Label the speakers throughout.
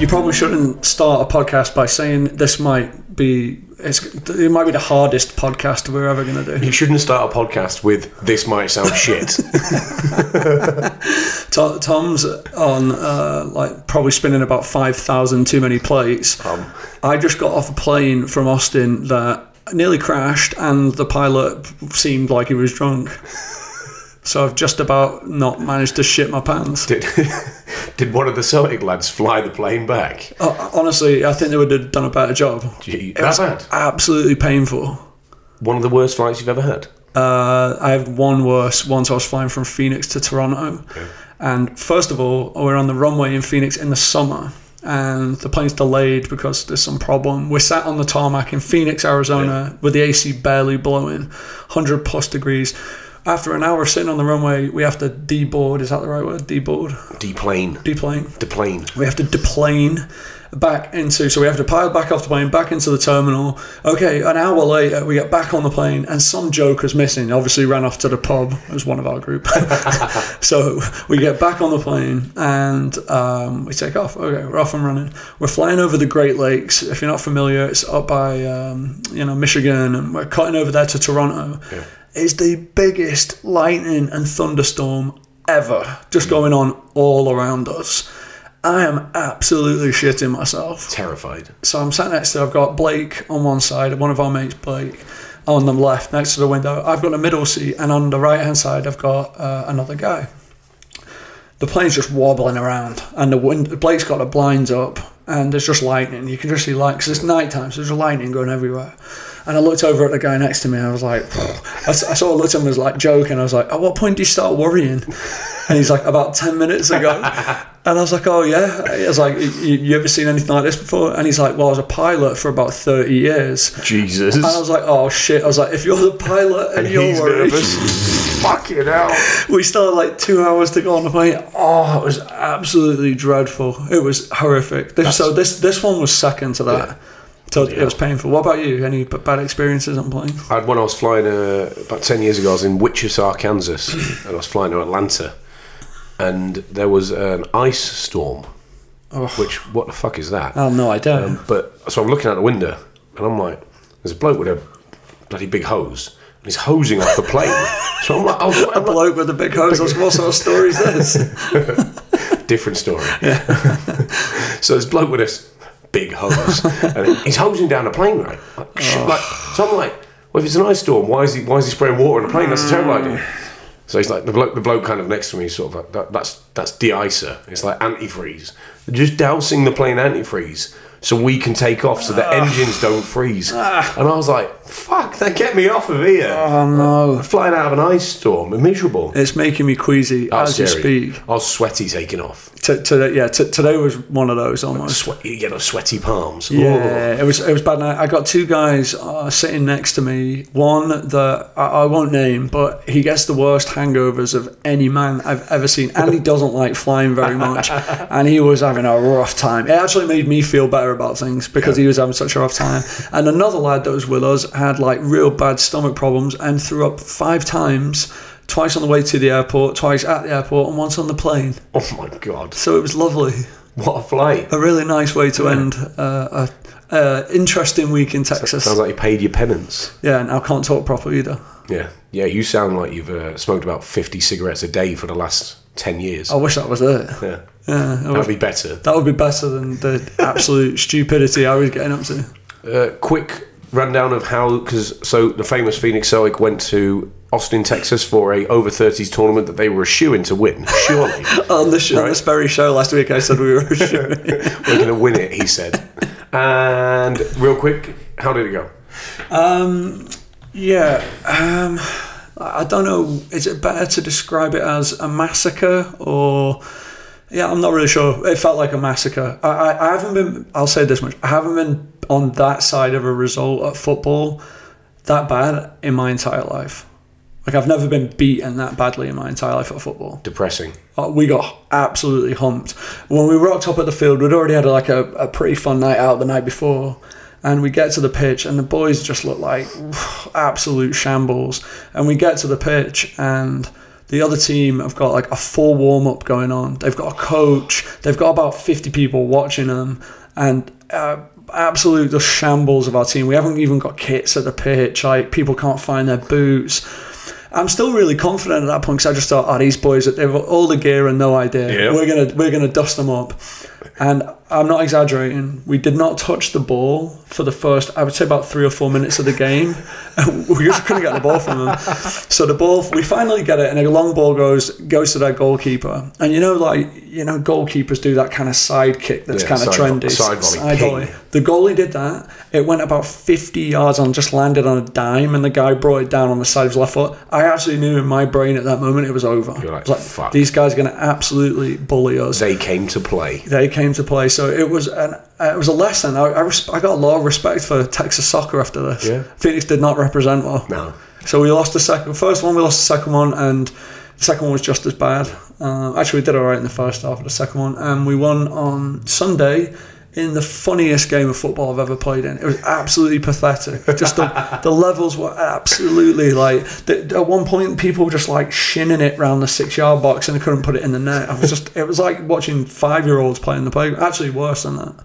Speaker 1: you probably shouldn't start a podcast by saying this might be it's, it might be the hardest podcast we're ever going to do.
Speaker 2: You shouldn't start a podcast with "This might sound shit."
Speaker 1: To- Tom's on uh, like probably spinning about five thousand too many plates.
Speaker 2: Um.
Speaker 1: I just got off a plane from Austin that nearly crashed, and the pilot seemed like he was drunk. So I've just about not managed to shit my pants.
Speaker 2: did, did one of the Celtic lads fly the plane back?
Speaker 1: Uh, honestly, I think they would have done a better job.
Speaker 2: Gee,
Speaker 1: It was
Speaker 2: that bad?
Speaker 1: Absolutely painful.
Speaker 2: One of the worst flights you've ever had.
Speaker 1: Uh, I had one worse once I was flying from Phoenix to Toronto. And first of all, we're on the runway in Phoenix in the summer. And the plane's delayed because there's some problem. We're sat on the tarmac in Phoenix, Arizona, with the AC barely blowing, 100 plus degrees. After an hour sitting on the runway, we have to deboard. Is that the right word? Deboard?
Speaker 2: Deplane.
Speaker 1: Deplane?
Speaker 2: Deplane.
Speaker 1: We have to deplane back into, so we have to pile back off the plane, back into the terminal. Okay, an hour later, we get back on the plane, and some joker's missing. Obviously, ran off to the pub. It was one of our group. so we get back on the plane and um, we take off. Okay, we're off and running. We're flying over the Great Lakes. If you're not familiar, it's up by um, you know Michigan, and we're cutting over there to Toronto. It's the biggest lightning and thunderstorm ever, just going on all around us. I am absolutely shitting myself.
Speaker 2: Terrified.
Speaker 1: So I'm sat next to, I've got Blake on one side, one of our mates, Blake, on the left next to the window. I've got a middle seat, and on the right hand side, I've got uh, another guy. The plane's just wobbling around, and the wind, Blake's got the blinds up, and there's just lightning. You can just see light, because it's night time, so there's lightning going everywhere. And I looked over at the guy next to me, and I was like, I, s- I sort of looked at him and was like joking. I was like, at what point do you start worrying? And he's like, about 10 minutes ago. And I was like, oh yeah. I was like, you, you ever seen anything like this before? And he's like, well, I was a pilot for about 30 years.
Speaker 2: Jesus.
Speaker 1: And I was like, oh shit. I was like, if you're the pilot and, you're
Speaker 2: He's
Speaker 1: worried,
Speaker 2: nervous. Fucking hell.
Speaker 1: we still had like two hours to go on the plane. Oh, it was absolutely dreadful. It was horrific. This, so this this one was second to that. So it was painful. What about you? Any b- bad experiences on planes?
Speaker 2: I had when I was flying uh, about ten years ago. I was in Wichita, Kansas, and I was flying to Atlanta, and there was an ice storm. Which what the fuck is that?
Speaker 1: Oh no, I don't.
Speaker 2: Um, but so I'm looking out the window and I'm like, there's a bloke with a bloody big hose and he's hosing off the plane. so I'm like, oh,
Speaker 1: a
Speaker 2: I'm
Speaker 1: bloke with a big hose. I was, what sort of story is this?
Speaker 2: like, different story. so this bloke with this big hose and he's hosing down a plane, right? Like,
Speaker 1: Oh.
Speaker 2: shit, like, so I'm like, well, if it's an ice storm, why is he why is he spraying water on a plane? That's a terrible idea.
Speaker 1: Mm.
Speaker 2: So he's like the bloke, the bloke kind of next to me, is sort of like that, that's that's de-icer. It's like antifreeze, just dousing the plane antifreeze so we can take off, so the
Speaker 1: Ah.
Speaker 2: engines don't freeze. And I was like, "Fuck, that get me off of here!"
Speaker 1: Um.
Speaker 2: Oh no, flying out of an ice storm, miserable.
Speaker 1: It's making me queasy
Speaker 2: That's
Speaker 1: as you
Speaker 2: scary.
Speaker 1: speak.
Speaker 2: I was sweaty taking off.
Speaker 1: T- today, yeah, t- today was one of those almost.
Speaker 2: Sweat, you know, sweaty palms. Oh.
Speaker 1: Yeah, it was it was bad. Night. I got two guys uh, sitting next to me. One that I, I won't name, but he gets the worst hangovers of any man I've ever seen, and he doesn't like flying very much. And he was having a rough time. It actually made me feel better about things because he was having such a rough time. And another lad that was with us had like real bad stomach problems and threw up five times. Twice on the way to the airport, twice at the airport, and once on the plane.
Speaker 2: Oh my god,
Speaker 1: So it was lovely
Speaker 2: what a flight!
Speaker 1: a really nice way to end uh, a, a interesting week in Texas.
Speaker 2: Sounds like you paid your penance.
Speaker 1: yeah, and I can't talk properly either.
Speaker 2: Yeah, yeah. You sound like you've uh, smoked about fifty cigarettes a day for the last ten years.
Speaker 1: I wish that was it.
Speaker 2: Oh, Yeah,
Speaker 1: Yeah, I wish-
Speaker 2: that'd be better.
Speaker 1: that would be better than the absolute stupidity I was getting up to.
Speaker 2: Uh, quick rundown of how because so the famous Phoenix Celtic went to Austin, Texas for a over 30s tournament that they were a shoe in to win. Surely
Speaker 1: On this, on this very show last week, I said we were.
Speaker 2: we're going to win it, he said. And real quick, how did it go?
Speaker 1: yeah, um, I I don't know. Is it better to describe it as a massacre or? Yeah, I'm not really sure. It felt like a massacre. I, I, I haven't been. I'll say this much. I haven't been on that side of a result at football that bad in my entire life. Like I've never been beaten that badly in my entire life at football.
Speaker 2: Depressing.
Speaker 1: Uh, we got absolutely humped. When we rocked up at the field, we'd already had like a, a pretty fun night out the night before. And we get to the pitch, and the boys just look like absolute shambles. And we get to the pitch, and The other team have got like a full warm up going on. They've got a coach. They've got about 50 people watching them. And uh, absolute just shambles of our team. We haven't even got kits at the pitch. Like people can't find their boots. I'm still really confident at that point because I just thought, oh, these boys, they've got all the gear and no idea.
Speaker 2: Yeah.
Speaker 1: We're gonna we're gonna dust them up. And I'm not exaggerating. We did not touch the ball for the first, I would say, about three or four minutes of the game. we just couldn't get the ball from them. So the ball, we finally get it, and a long ball goes goes to their goalkeeper. And you know, like you know, goalkeepers do that kind of side kick that's
Speaker 2: Yeah,
Speaker 1: kind of
Speaker 2: side vo-
Speaker 1: trendy.
Speaker 2: side volley ping.
Speaker 1: The goalie did that. It went about 50 yards and just landed on a dime, and the guy brought it down on the side of his left foot. I actually knew in my brain at that moment it was over.
Speaker 2: You're like,
Speaker 1: I was
Speaker 2: "Fuck."
Speaker 1: These guys are going to absolutely bully us.
Speaker 2: They came to play.
Speaker 1: They came to play, so it was an uh, it was a lesson. I I, res- I got a lot of respect for Texas soccer after this.
Speaker 2: Yeah.
Speaker 1: Phoenix did not represent well.
Speaker 2: No.
Speaker 1: So we lost the second first one. We lost the second one, and the second one was just as bad. Uh, actually, we did all right in the first half of the second one, and we won on Sunday in the funniest game of football I've ever played in. It was absolutely pathetic. Just the, the levels were absolutely like the, at one point people were just like shinning it round the six yard box and they couldn't put it in the net. I was just it was like watching five year olds playing the playground. Actually, worse than that.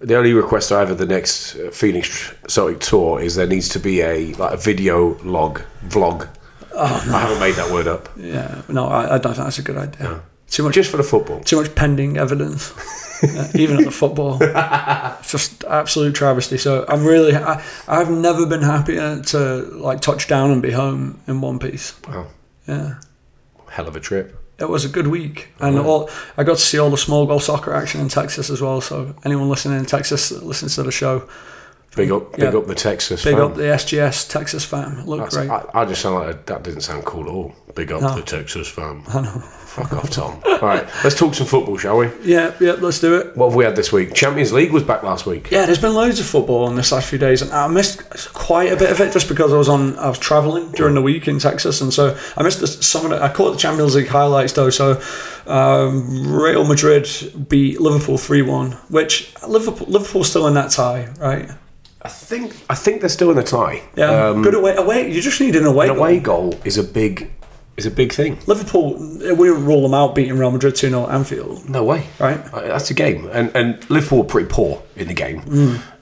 Speaker 2: The only request I have at the next uh, Phoenix Celtic tour is there needs to be a like a video log vlog.
Speaker 1: Oh,
Speaker 2: I haven't made that word up.
Speaker 1: Yeah, no, I, I don't think that's a good idea. Too much
Speaker 2: Just for the football.
Speaker 1: too much pending evidence, uh, even at the football. it's just absolute travesty. So I'm really, I, I've never been happier to like touch down and be home in one piece.
Speaker 2: Wow,
Speaker 1: Yeah,
Speaker 2: hell of a trip.
Speaker 1: it was a good week, and all I got to see all the small goal soccer action in Texas as well. So anyone listening in Texas that listens to the show,
Speaker 2: Big up, big
Speaker 1: Yeah.
Speaker 2: up the Texas.
Speaker 1: big
Speaker 2: fam.
Speaker 1: up the SGS Texas fam. Look
Speaker 2: That's-
Speaker 1: great.
Speaker 2: I, I just sound like a, that didn't sound cool at all. Big up
Speaker 1: No.
Speaker 2: the Texas fam. I know. Fuck off, Tom. all right, let's talk some football, shall we?
Speaker 1: yeah, yeah, let's do it.
Speaker 2: What have we had this week? Champions League was back last week.
Speaker 1: Yeah, there's been loads of football in this last few days, and I missed quite a bit of it just because I was on. I was traveling during the week in Texas, and so I missed the, some of it. I caught the Champions League highlights though. So um, Real Madrid beat Liverpool three one, which Liverpool Liverpool's still in that tie, right?
Speaker 2: I think I think they're still in the tie.
Speaker 1: Yeah,
Speaker 2: Um,
Speaker 1: good away. Away, you just need an away.
Speaker 2: an
Speaker 1: goal.
Speaker 2: away goal is a big is a big thing.
Speaker 1: Liverpool, we wouldn't rule them out beating Real Madrid two 0 at Anfield.
Speaker 2: No way.
Speaker 1: Right.
Speaker 2: Uh, That's a game. And and Liverpool were pretty poor in the game.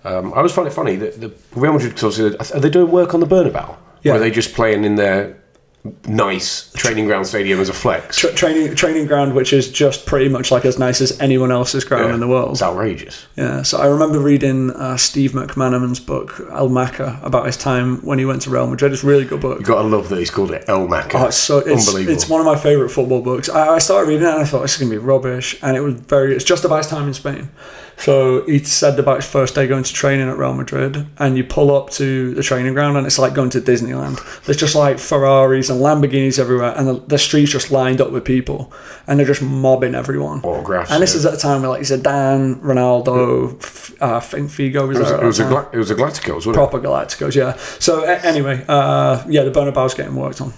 Speaker 2: Um, I always find it funny that the Real Madrid, 'cause obviously, are they doing work on the Bernabeu?
Speaker 1: Yeah.
Speaker 2: Or are they just playing in their nice training ground stadium as a flex?
Speaker 1: Tra- training training ground, which is just pretty much like as nice as anyone else's ground in the world.
Speaker 2: It's outrageous.
Speaker 1: Yeah, so I remember reading uh, Steve McManaman's book, Al Maca, about his time when he went to Real Madrid. It's a really good book.
Speaker 2: You've got to love that he's called it El Maca.
Speaker 1: Oh, it's so it's,
Speaker 2: Unbelievable.
Speaker 1: it's one of my favourite football books. I, I started reading it and I thought this is gonna be rubbish, and it was very. It's just about his time in Spain. So he said about his first day going to training at Real Madrid, and you pull up to the training ground, and it's like going to Disneyland. There's just like Ferraris and Lamborghinis everywhere, and the, the streets just lined up with people, and they're just mobbing everyone.
Speaker 2: Autographs,
Speaker 1: And this
Speaker 2: yeah.
Speaker 1: is at a time where like Zidane, Ronaldo, f- uh, I think Figo was
Speaker 2: it was,
Speaker 1: there. at
Speaker 2: it was
Speaker 1: that
Speaker 2: a
Speaker 1: time.
Speaker 2: gla- it was a Galacticos, wasn't
Speaker 1: Proper Galacticos, yeah. So a- anyway, uh, yeah, the Bernabeu's getting worked on.
Speaker 2: it?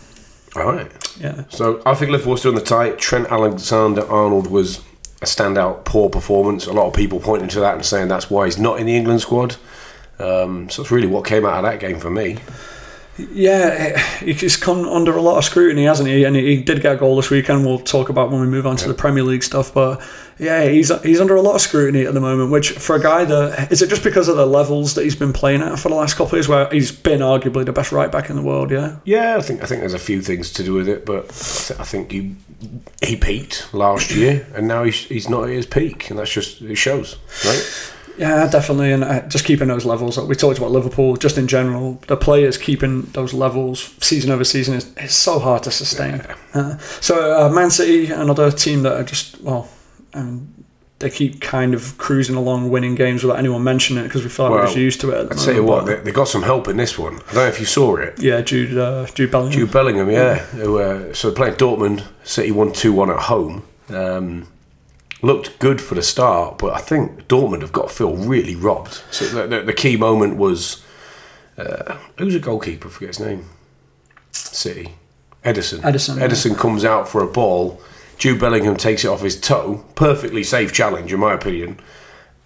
Speaker 2: All right.
Speaker 1: Yeah.
Speaker 2: So I think Liverpool still in the tie. Trent Alexander Arnold was a standout poor performance. A lot of people pointing to that and saying that's why he's not in the England squad. Um, so that's really what came out of that game for me.
Speaker 1: Yeah, he- he's come under a lot of scrutiny, hasn't he? And he he did get a goal this weekend. We'll talk about when we move on to the Premier League stuff. But yeah, he's he's under a lot of scrutiny at the moment. Which for a guy that is it just because of the levels that he's been playing at for the last couple of years, where he's been arguably the best right back in the world. Yeah,
Speaker 2: Yeah, I think I think there's a few things to do with it, but I, th- I think he he peaked last year and now he's he's not at his peak, and that's just it shows, right?
Speaker 1: yeah, definitely. And uh, just keeping those levels. Like we talked about Liverpool, just in general, the players keeping those levels season over season is it's so hard to sustain. Uh, so uh, Man City, another team that are just well. Um, they keep kind of cruising along, winning games without anyone mentioning it because we feel like we're
Speaker 2: Well,
Speaker 1: just used to it. At the
Speaker 2: I tell you
Speaker 1: moment,
Speaker 2: what,
Speaker 1: but-
Speaker 2: they, they got some help in this one. I don't know if you saw it.
Speaker 1: yeah, Jude, uh, Jude Bellingham.
Speaker 2: Jude Bellingham, yeah. Who, uh, so playing Dortmund, City won 2 1 at home. Um, looked good for the start, but I think Dortmund have got to feel really robbed. So the, the, the key moment was uh, who's a goalkeeper? I forget his name. City. Edison.
Speaker 1: Edison, yeah.
Speaker 2: Edison comes out for a ball. Jude Bellingham takes it off his toe. Perfectly safe challenge, in my opinion.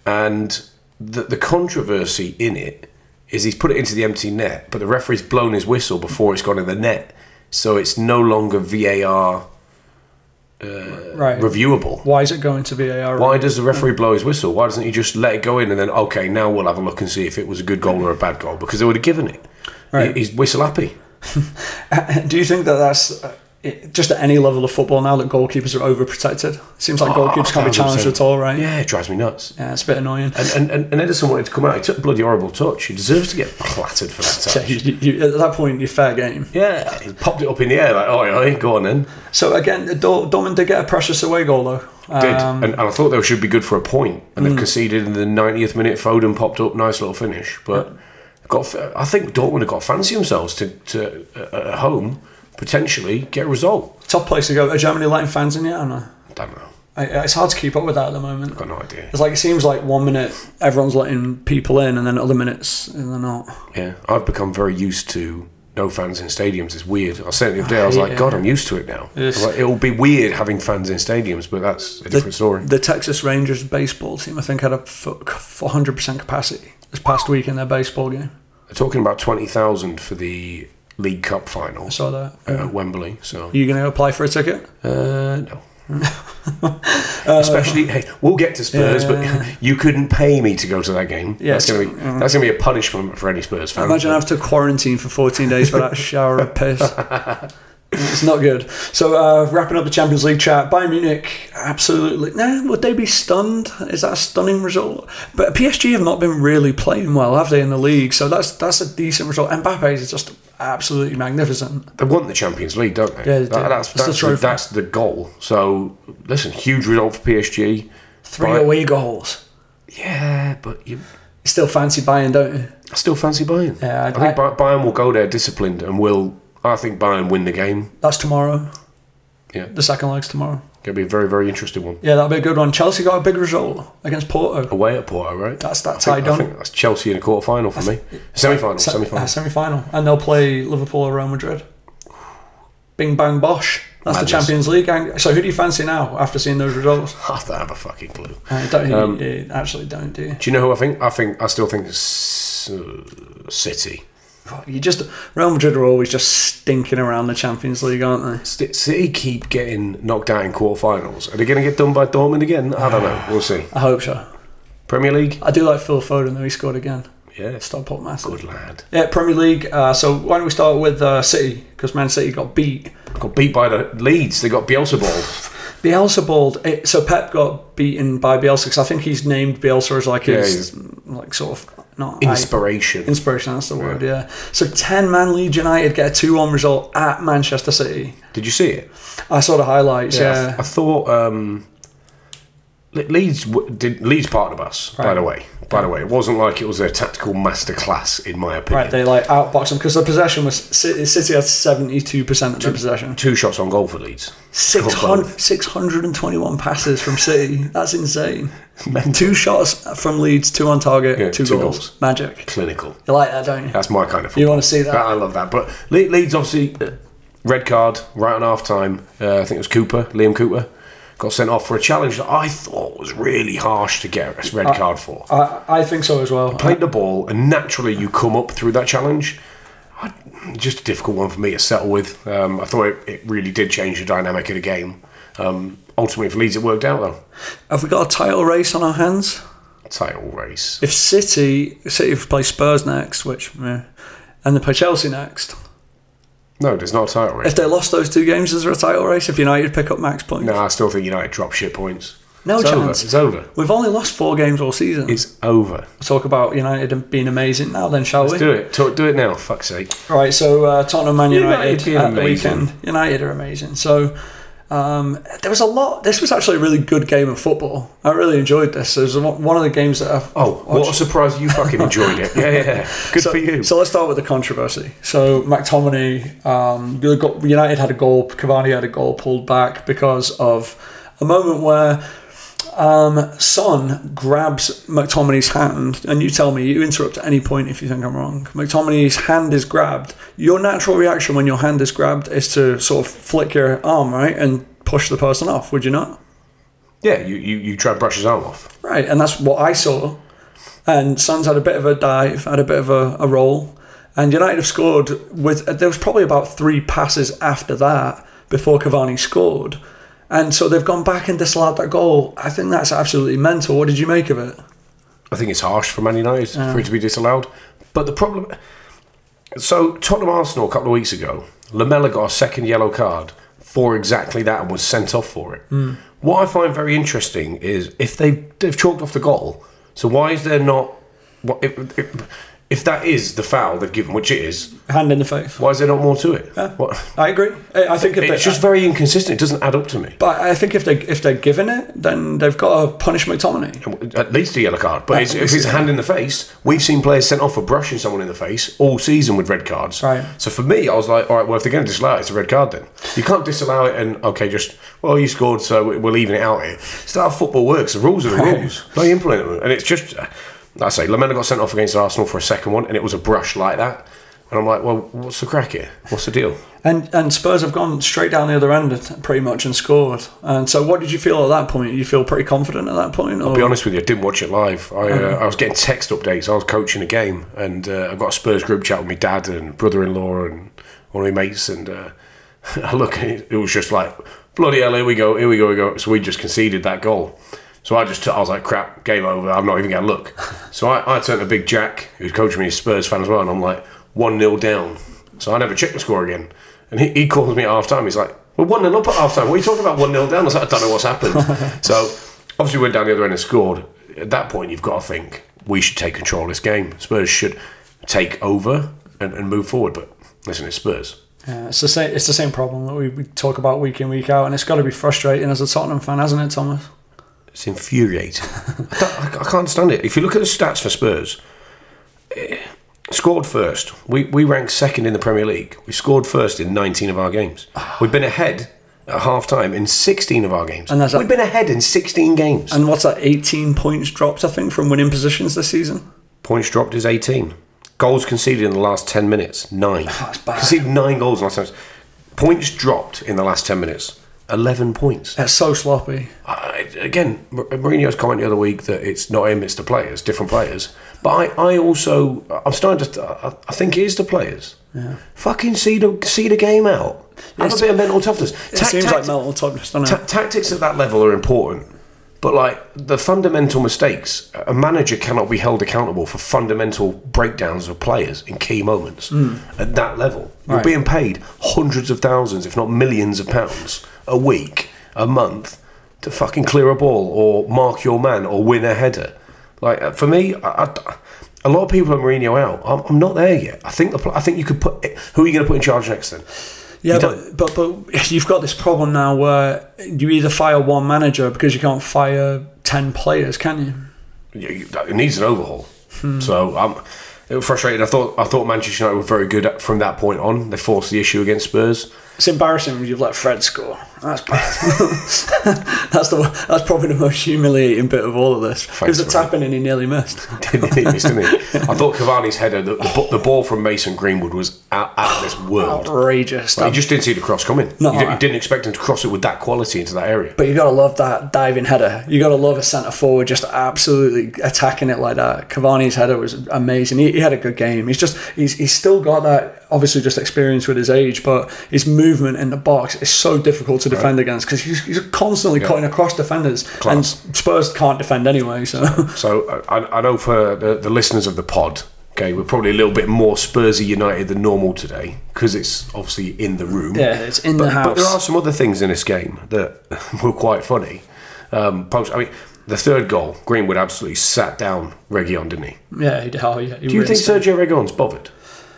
Speaker 2: And the, the controversy in it is he's put it into the empty net, but the referee's blown his whistle before it's gone in the net. so it's no longer VAR
Speaker 1: right.
Speaker 2: reviewable.
Speaker 1: Why is it going to VAR?
Speaker 2: Why does the referee blow his whistle? Why doesn't he just let it go in and then okay, now we'll have a look and see if it was a good goal or a bad goal because they would have given it.
Speaker 1: Right.
Speaker 2: He- He's whistle happy.
Speaker 1: Do you think that that's uh, it, just at any level of football now that goalkeepers are overprotected? seems like
Speaker 2: Oh,
Speaker 1: goalkeepers can't be challenged
Speaker 2: 100%.
Speaker 1: at all, right?
Speaker 2: Yeah, it drives me nuts.
Speaker 1: Yeah, it's a bit annoying.
Speaker 2: And, and, and Edison wanted to come out. He took a bloody horrible touch. He deserves to get clattered for that
Speaker 1: So
Speaker 2: touch.
Speaker 1: you, you, at that point, you're fair game.
Speaker 2: Yeah, he popped it up in the air like, oh, yeah, go on then.
Speaker 1: So again, Dor- Dortmund did get a precious away goal though.
Speaker 2: Did.
Speaker 1: Um, Hmm.
Speaker 2: and, and I thought they should be good for a point, and they've conceded in the 90th minute. Foden popped up, nice little finish. But got, I think Dortmund have got to fancy themselves to, to uh, at home potentially get a result.
Speaker 1: tough place to go. Are Germany letting fans in yet? Or no?
Speaker 2: I don't know.
Speaker 1: I, it's hard to keep up with that at the moment.
Speaker 2: Got no idea.
Speaker 1: It's like it seems like one minute everyone's letting people in, and then other minutes and they're not.
Speaker 2: Yeah, I've become very used to no fans in stadiums. It's weird. I said the other day, I was
Speaker 1: hate
Speaker 2: like,
Speaker 1: it.
Speaker 2: God, I'm used to it now.
Speaker 1: Yes.
Speaker 2: Like, it'll be weird having fans in stadiums, but that's a different story.
Speaker 1: The Texas Rangers baseball team, I think, had a four hundred percent capacity this past week in their baseball game.
Speaker 2: They're talking about 20,000 for the League Cup final
Speaker 1: I saw that.
Speaker 2: at Wembley, so.
Speaker 1: Are uh, you going to apply for a ticket?
Speaker 2: Uh, no.
Speaker 1: Uh,
Speaker 2: Especially, hey, we'll get to Spurs, but you couldn't pay me to go to that game.
Speaker 1: Yeah,
Speaker 2: that's gonna be that's gonna be a punishment for any Spurs fan.
Speaker 1: Mm. Imagine I have to quarantine for 14 days for that shower of piss. It's not good. So, uh, wrapping up the Champions League chat, Bayern Munich, absolutely. Nah, would they be stunned? Is that a stunning result? But PSG have not been really playing well, have they, in the league? So that's that's a decent result. Mbappe is just absolutely magnificent.
Speaker 2: they want the Champions League, don't they?
Speaker 1: Yeah, they do.
Speaker 2: That- that's
Speaker 1: It's the
Speaker 2: that's the,
Speaker 1: trophy.
Speaker 2: that's the goal. So listen, huge result for PSG.
Speaker 1: Three
Speaker 2: Bayern-
Speaker 1: away goals.
Speaker 2: Yeah, but you
Speaker 1: You still fancy Bayern, don't you?
Speaker 2: I still fancy Bayern.
Speaker 1: Yeah, I-
Speaker 2: I, think Bay- Bayern will go there disciplined and will. I think Bayern win the game.
Speaker 1: That's tomorrow.
Speaker 2: Yeah.
Speaker 1: The second leg's tomorrow.
Speaker 2: Gonna be a very very interesting one.
Speaker 1: Yeah, that'll be a good one. Chelsea got a big result against Porto.
Speaker 2: Away at Porto, right?
Speaker 1: That's that
Speaker 2: I think-
Speaker 1: tie
Speaker 2: I
Speaker 1: done.
Speaker 2: think that's Chelsea in a quarter final for me. Semi final, semi
Speaker 1: Uh,
Speaker 2: final.
Speaker 1: semi-final, and they'll play Liverpool or Real Madrid. Bing bang bosh. That's
Speaker 2: Madness.
Speaker 1: the Champions League. And so who do you fancy now after seeing those results?
Speaker 2: I don't have a fucking clue.
Speaker 1: Uh, don't
Speaker 2: Um,
Speaker 1: you, you actually don't do you?
Speaker 2: Do you know who I think? I think I still think it's, uh, City.
Speaker 1: You just Real Madrid are always just stinking around the Champions League, aren't they?
Speaker 2: Sti- City keep getting knocked out in quarterfinals. Are they going to get done by Dortmund again? I don't know. We'll see.
Speaker 1: I hope so.
Speaker 2: Premier League.
Speaker 1: I do like Phil Foden though. He scored again.
Speaker 2: Yeah,
Speaker 1: Stop pop massive.
Speaker 2: good lad.
Speaker 1: Yeah, Premier League. Uh, so why don't we start with uh, City because Man City got beat.
Speaker 2: Got beat by the Leeds. They got Bielsa balled.
Speaker 1: Bielsa balled. It, so Pep got beaten by Bielsa because I think he's named Bielsa as like
Speaker 2: Yeah,
Speaker 1: his like sort of not I-
Speaker 2: Inspiration.
Speaker 1: Inspiration, that's the word, yeah. So 10 man Leeds United get a 2 1 result at Manchester City.
Speaker 2: Did you see it?
Speaker 1: I saw the highlights,
Speaker 2: I, th-
Speaker 1: yeah.
Speaker 2: I thought um, Le- Leeds w- did Leeds part of us. By
Speaker 1: Right.
Speaker 2: the way, by the way, it wasn't like it was a tactical masterclass in my opinion.
Speaker 1: Right, they like outboxed them because the possession was City, City had 72% of the possession.
Speaker 2: Two shots on goal for Leeds.
Speaker 1: 600, 621 passes from City. That's insane. Two shots from Leeds, two on target,
Speaker 2: Yeah,
Speaker 1: two,
Speaker 2: two
Speaker 1: goals.
Speaker 2: goals.
Speaker 1: Magic.
Speaker 2: Clinical.
Speaker 1: You like that, don't you?
Speaker 2: That's my kind of football.
Speaker 1: You wanna see that?
Speaker 2: I love that. But Le- Leeds obviously uh, red card right on half time. Uh, I think it was Cooper, Liam Cooper, got sent off for a challenge that I thought was really harsh to get a red card for.
Speaker 1: I, I think so as well.
Speaker 2: Played the ball, and naturally you come up through that challenge. I, just a difficult one for me to settle with. Um, I thought it, it really did change the dynamic of the game. Um, ultimately, for Leeds, it worked out though.
Speaker 1: Have we got a title race on our hands?
Speaker 2: Title race.
Speaker 1: If City, City play Spurs next, which, meh, and they play Chelsea next,
Speaker 2: No, there's not a title race.
Speaker 1: If they lost those two games, is there a title race? If United pick up max points,
Speaker 2: No, I still think United drop shit points.
Speaker 1: No
Speaker 2: it's
Speaker 1: chance.
Speaker 2: Over. It's over.
Speaker 1: We've only lost four games all season.
Speaker 2: It's over.
Speaker 1: Talk about United and being amazing now, then, shall we?
Speaker 2: Do it. Talk, do it now. Fuck's sake.
Speaker 1: Right, so uh, Tottenham, Man United,
Speaker 2: United being
Speaker 1: at the
Speaker 2: amazing.
Speaker 1: weekend. United are amazing. So um, there was a lot. This was actually a really good game of football. I really enjoyed this. It was one one of the games that I've
Speaker 2: Oh, what a surprise! You fucking enjoyed it. Yeah, yeah. yeah. Good
Speaker 1: so,
Speaker 2: for you.
Speaker 1: So let's start with the controversy. So McTominay, um, the go- United had a goal, Cavani had a goal pulled back because of a moment where um, Son grabs McTominay's hand, and you tell me, you interrupt at any point if you think I'm wrong. McTominay's hand is grabbed. Your natural reaction when your hand is grabbed is to sort of flick your arm, right, and push the person off, would you not?
Speaker 2: yeah, you, you you try and brush his arm off.
Speaker 1: Right, and that's what I saw. And Son's had a bit of a dive, had a bit of a, a roll, And United have scored with there was probably about three passes after that before Cavani scored, and so they've gone back and disallowed that goal. I think that's absolutely mental. What did you make of it?
Speaker 2: I think it's harsh for Man United for it to be disallowed. But the problem. So, Tottenham Arsenal a couple of weeks ago, Lamella got a second yellow card for exactly that and was sent off for it. What I find very interesting is if they've, they've chalked off the goal, so why is there not. What, if, if, if that is the foul they've given, which it is,
Speaker 1: Hand in the face.
Speaker 2: why is there not more to it? What,
Speaker 1: I agree. I I think if
Speaker 2: it's
Speaker 1: they,
Speaker 2: just very inconsistent. It doesn't add up to me.
Speaker 1: but I think if they if they're given it, then they've got to punish McTominay.
Speaker 2: At least a yellow card. But it's, if it's a hand in the face, we've seen players sent off for brushing someone in the face all season with red cards.
Speaker 1: Right.
Speaker 2: So for me, I was like, all right, well, if they're going to disallow it, it's a red card then. You can't disallow it and, okay, just, well, you scored, so we- we're leaving it out here. It's not how football works. The rules are the rules. They implement them. And it's just, uh, like I say, Lamella got sent off against Arsenal for a second one, and it was a brush like that. And I'm like, well, what's the crack here? What's the deal?
Speaker 1: And and Spurs have gone straight down the other end at- pretty much and scored. And so, what did you feel at that point? You feel pretty confident at that point, or
Speaker 2: be honest with you, I didn't watch it live. I, uh, I was getting text updates. I was coaching a game, and uh, I've got a Spurs group chat with my dad and brother-in-law and one of my mates. And uh, I look, and it, it was just like bloody hell. Here we go. Here we go. Here we go. So we just conceded that goal. So I just, I was like, crap, game over. I'm not even going to look. So I, I turned to Big Jack, who's coaching me, a Spurs fan as well, and I'm like, one 0 down. So I never checked the score again. And he, he calls me at half time. He's like, we're one 0 up at half time. What are you talking about? One 0 down. I was like, I don't know what's happened. so Obviously, we went down the other end and scored. At that point, you've got to think we should take control of this game. Spurs should take over and, and move forward. But listen, it's Spurs.
Speaker 1: Yeah, it's the same. It's the same problem that we, we talk about week in week out, and it's got to be frustrating as a Tottenham fan, hasn't it, Thomas?
Speaker 2: It's infuriating. I, don't- I can't understand it. If you look at the stats for Spurs, eh, scored first. We we ranked second in the Premier League. We scored first in 19 of our games.
Speaker 1: Ah.
Speaker 2: We've been ahead at half time in 16 of our games.
Speaker 1: And that's a-
Speaker 2: We've been ahead in 16 games.
Speaker 1: And what's that? Eighteen points dropped, I think, from winning positions this season.
Speaker 2: Points dropped is 18. Goals conceded in the last 10 minutes, 9.
Speaker 1: Oh, that's bad.
Speaker 2: Conceded 9 goals in the last 10 minutes. Points dropped in the last 10 minutes, 11 points.
Speaker 1: It's so sloppy.
Speaker 2: I, again, Mar- Mourinho's comment the other week that it's not him, it's the players, different players. But I, I also, I'm starting to, th- I, I think it is the players. Yeah. Fucking see the, see the game out. Have a bit of mental toughness.
Speaker 1: It
Speaker 2: Tac-
Speaker 1: seems
Speaker 2: tac-
Speaker 1: like mental toughness, doesn't
Speaker 2: Ta-
Speaker 1: it?
Speaker 2: tactics at that level are important, but like the fundamental mistakes, a manager cannot be held accountable for fundamental breakdowns of players in key moments at that level. You're
Speaker 1: Right.
Speaker 2: being paid hundreds of thousands, if not millions of pounds a week, a month to fucking clear a ball or mark your man or win a header. Like uh, for me, I. I a lot of people are Mourinho out. I'm, I'm not there yet. I think the pl- I think you could put. Who are you going to put in charge next then?
Speaker 1: Yeah,
Speaker 2: you
Speaker 1: but, but but you've got this problem now where you either fire one manager because you can't fire ten players, can you?
Speaker 2: you- you- it needs an overhaul. So I'm it was frustrating. I thought I thought Manchester United were very good at- from that point on. They forced the issue against Spurs.
Speaker 1: It's embarrassing when you've let Fred score. That's bad. that's the that's probably the most humiliating bit of all of this. it was a
Speaker 2: Fred.
Speaker 1: tap in and he nearly missed.
Speaker 2: Didn't he miss, didn't he? I thought Cavani's header, the, the, bu- the ball from Mason Greenwood was out, out of this
Speaker 1: Oh,
Speaker 2: world.
Speaker 1: Outrageous.
Speaker 2: You just didn't see the cross coming.
Speaker 1: No.
Speaker 2: you, didn't, you didn't expect him to cross it with that quality into that area.
Speaker 1: But you gotta love that diving header. You gotta love a centre forward just absolutely attacking it like that. Cavani's header was amazing. He, he had a good game. He's just he's he's still got that obviously just experience with his age, but his movement in the box is so difficult to defend against because he's, he's constantly cutting across defenders, and Spurs can't defend anyway. So
Speaker 2: So I- I, I know for the, the listeners of the pod, okay, we're probably a little bit more Spursy United than normal today because it's obviously in the room.
Speaker 1: yeah, it's in the
Speaker 2: But,
Speaker 1: house.
Speaker 2: but there are some other things in this game that were quite funny. Um, post, I mean, the third goal, Greenwood absolutely sat down Reguilon, didn't he?
Speaker 1: yeah, he, oh, yeah. He
Speaker 2: Do you think Sergio Reguilon's bothered?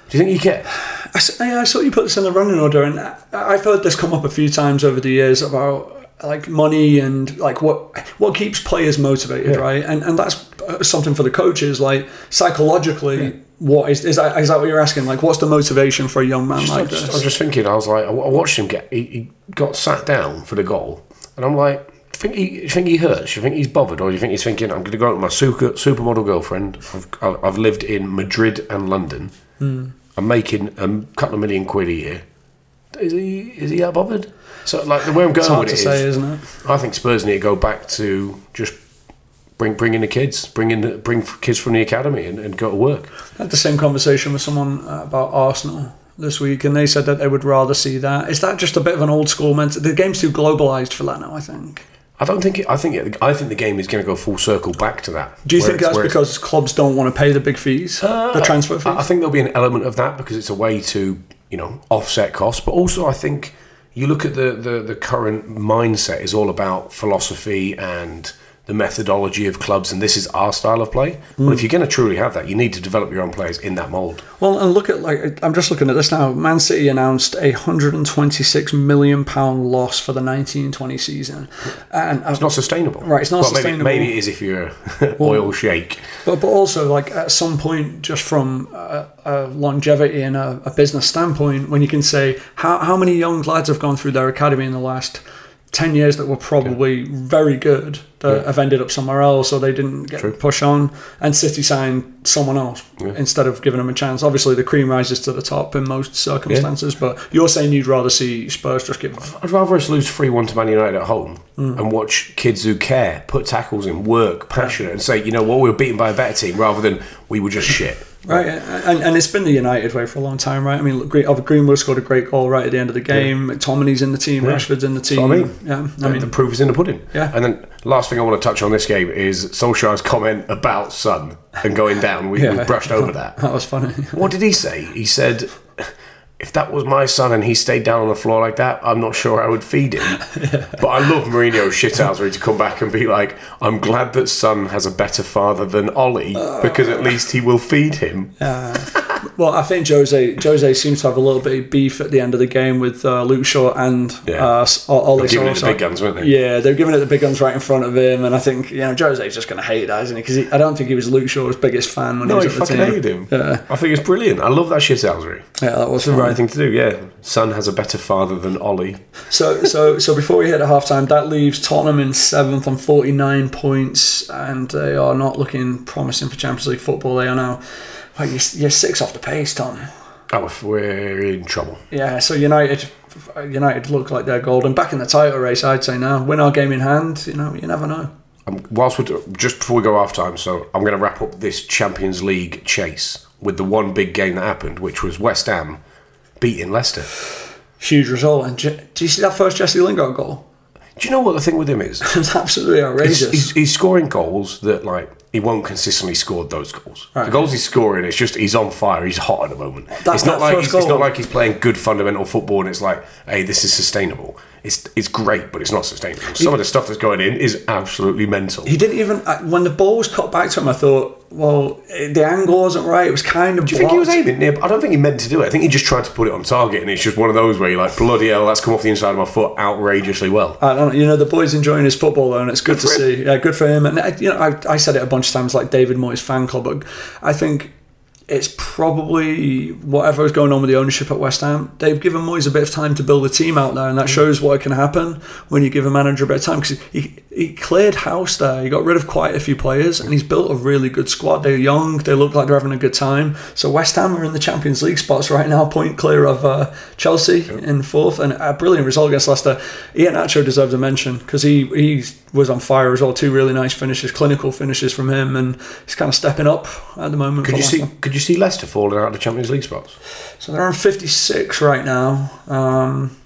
Speaker 2: Do you think he cares?
Speaker 1: I, s- I- I saw you put this in the running order, and I, I've heard this come up a few times over the years about like money and like what what keeps players motivated, right? And and that's uh, something for the coaches, like psychologically. What is is that, is that what you're asking? Like, what's the motivation for a young man
Speaker 2: I
Speaker 1: like
Speaker 2: was, just, I
Speaker 1: this?
Speaker 2: was just thinking, I was like, I wa- I watched him get, he, he got sat down for the goal, and I'm like, do you think he, do you think he hurts? Do you think he's bothered, or do you think he's thinking, I'm going to go out with my super, supermodel girlfriend? I've, I- I've lived in Madrid and London.
Speaker 1: Hmm.
Speaker 2: I'm making a couple of million quid a year. Is he is he that bothered? So like the way I'm going
Speaker 1: It's hard to
Speaker 2: with it
Speaker 1: say,
Speaker 2: is-
Speaker 1: isn't it?
Speaker 2: I think Spurs need to go back to just bring bring in the kids, bring in the, bring kids from the academy, and, and go to work.
Speaker 1: had the same conversation with someone uh, about Arsenal this week, and they said that they would rather see that. Is that just a bit of an old school mentality? The game's too globalised for that now, I think.
Speaker 2: I don't think it, I think it, I think the game is going to go full circle back to that.
Speaker 1: Do you
Speaker 2: Where
Speaker 1: think
Speaker 2: it's-
Speaker 1: that's
Speaker 2: where it's-
Speaker 1: because clubs don't want to pay the big fees, the transfer fees?
Speaker 2: Uh, I, I think there'll be an element of that because it's a way to you know offset costs, but also I think you look at the the, the current mindset is all about philosophy and the methodology of clubs, and this is our style of play.
Speaker 1: Hmm.
Speaker 2: Well, if you're going to truly have that, you need to develop your own players in that mold.
Speaker 1: Well, and look at like I'm just looking at this now. Man City announced a 126 million pound loss for the 1920 season, and uh,
Speaker 2: It's not sustainable,
Speaker 1: Right, it's not
Speaker 2: Well, maybe-
Speaker 1: sustainable.
Speaker 2: Maybe, it is if you're an oil shake.
Speaker 1: But, but also, like at some point, just from a, a longevity and a, a business standpoint, when you can say how, how many young lads have gone through their academy in the last 10 years that were probably very good that have ended up somewhere else or they didn't get
Speaker 2: True.
Speaker 1: push on, and City signed someone else instead of giving them a chance. Obviously, the cream rises to the top in most circumstances, but you're saying you'd rather see Spurs just give
Speaker 2: I'd rather us lose 3 1 to Man United at home
Speaker 1: Mm.
Speaker 2: and watch kids who care put tackles in, work, passionate, and say, you know what, we were beaten by a better team rather than we were just shit.
Speaker 1: Right, and, and it's been the United way for a long time, right? I mean, look, Gre- oh, Greenwood scored a great goal right at the end of the game. McTominay's in the team, Rashford's in the team.
Speaker 2: what I mean.
Speaker 1: Yeah, I
Speaker 2: The-
Speaker 1: mean,
Speaker 2: the proof is in the pudding.
Speaker 1: Yeah.
Speaker 2: And then last thing I want to touch on this game is Solskjaer's comment about Sun and going down. We,
Speaker 1: Yeah.
Speaker 2: we brushed over that.
Speaker 1: that was funny.
Speaker 2: What did he say? He said, if that was my son and he stayed down on the floor like that, I'm not sure I would feed him. But I love Mourinho's shithousery to come back and be like, I'm glad that Son has a better father than Ollie because at least he will feed him.
Speaker 1: well, I think Jose Jose seems to have a little bit of beef at the end of the game with uh, Luke Shaw and
Speaker 2: Yeah.
Speaker 1: uh, S- O- Ole
Speaker 2: Giving it the
Speaker 1: Solskjaer.
Speaker 2: big guns, weren't they?
Speaker 1: Yeah, they're giving it the big guns right in front of him, and I think you know Jose's just going to hate that, isn't he? Because I don't think he was Luke Shaw's biggest fan when
Speaker 2: No,
Speaker 1: he
Speaker 2: he
Speaker 1: was at the
Speaker 2: fucking
Speaker 1: team.
Speaker 2: hated him. I think it's brilliant. I love that shithousery.
Speaker 1: Yeah, that was
Speaker 2: It's the
Speaker 1: funny.
Speaker 2: right thing to do, yeah. Son has a better father than Ollie.
Speaker 1: So, so, so before we hit at halftime, that leaves Tottenham in seventh on 49 points, and they are not looking promising for Champions League football. They are now, well, you're, you're six off the pace, Tom.
Speaker 2: Oh, if we're in trouble.
Speaker 1: Yeah, so United, United look like they're golden. Back in the title race, I'd say now. Win our game in hand, you know, you never know.
Speaker 2: Um, whilst we're do- just before we go half time, so I'm going to wrap up this Champions League chase with the one big game that happened, which was West Ham beating Leicester.
Speaker 1: Huge result. And Je- do you see that first Jesse Lingard goal?
Speaker 2: Do you know what the thing with him is?
Speaker 1: It was absolutely outrageous.
Speaker 2: He's, he's, he's scoring goals that like he won't consistently score those goals. The goals he's scoring, it's just he's on fire. He's hot at the moment.
Speaker 1: That-
Speaker 2: it's
Speaker 1: that
Speaker 2: not like
Speaker 1: first
Speaker 2: he's, it's
Speaker 1: goal-
Speaker 2: not like he's playing good fundamental football, and it's like, hey, this is sustainable. It's it's great, but it's not sustainable. Some of the stuff that's going in is absolutely mental.
Speaker 1: he didn't even I- when the ball was cut back to him. I thought, well, eh, the angle wasn't right. It was kind of.
Speaker 2: Do you think he was aiming near? I don't think he meant to do it. I think he just tried to put it on target, and it's just one of those where you're like, bloody hell, that's come off the inside of my foot outrageously well.
Speaker 1: I don't know. You know, the boy's enjoying his football, though, and it's good, to
Speaker 2: for him.
Speaker 1: see. Yeah, good for him. And, uh, you know, I, I said it a bunch of times, like David Moyes' fan club, but I think it's probably whatever is going on with the ownership at West Ham. They've given Moyes a bit of time to build a team out there, and that
Speaker 2: Mm.
Speaker 1: shows what can happen when you give a manager a bit of time. Because he, he cleared house there. He got rid of quite a few players, and he's built a really good squad. They're young. They look like they're having a good time. So West Ham are in the Champions League spots right now, point clear of uh, Chelsea in fourth, and a brilliant result against Leicester. Ian Acho deserves a mention because he he was on fire as well. Two really nice finishes, clinical finishes from him, and he's kind of stepping up at the moment.
Speaker 2: Could
Speaker 1: for
Speaker 2: you
Speaker 1: Leicester.
Speaker 2: see? Could you see Leicester falling out of the Champions League spots?
Speaker 1: So they're on 56 right now. Um,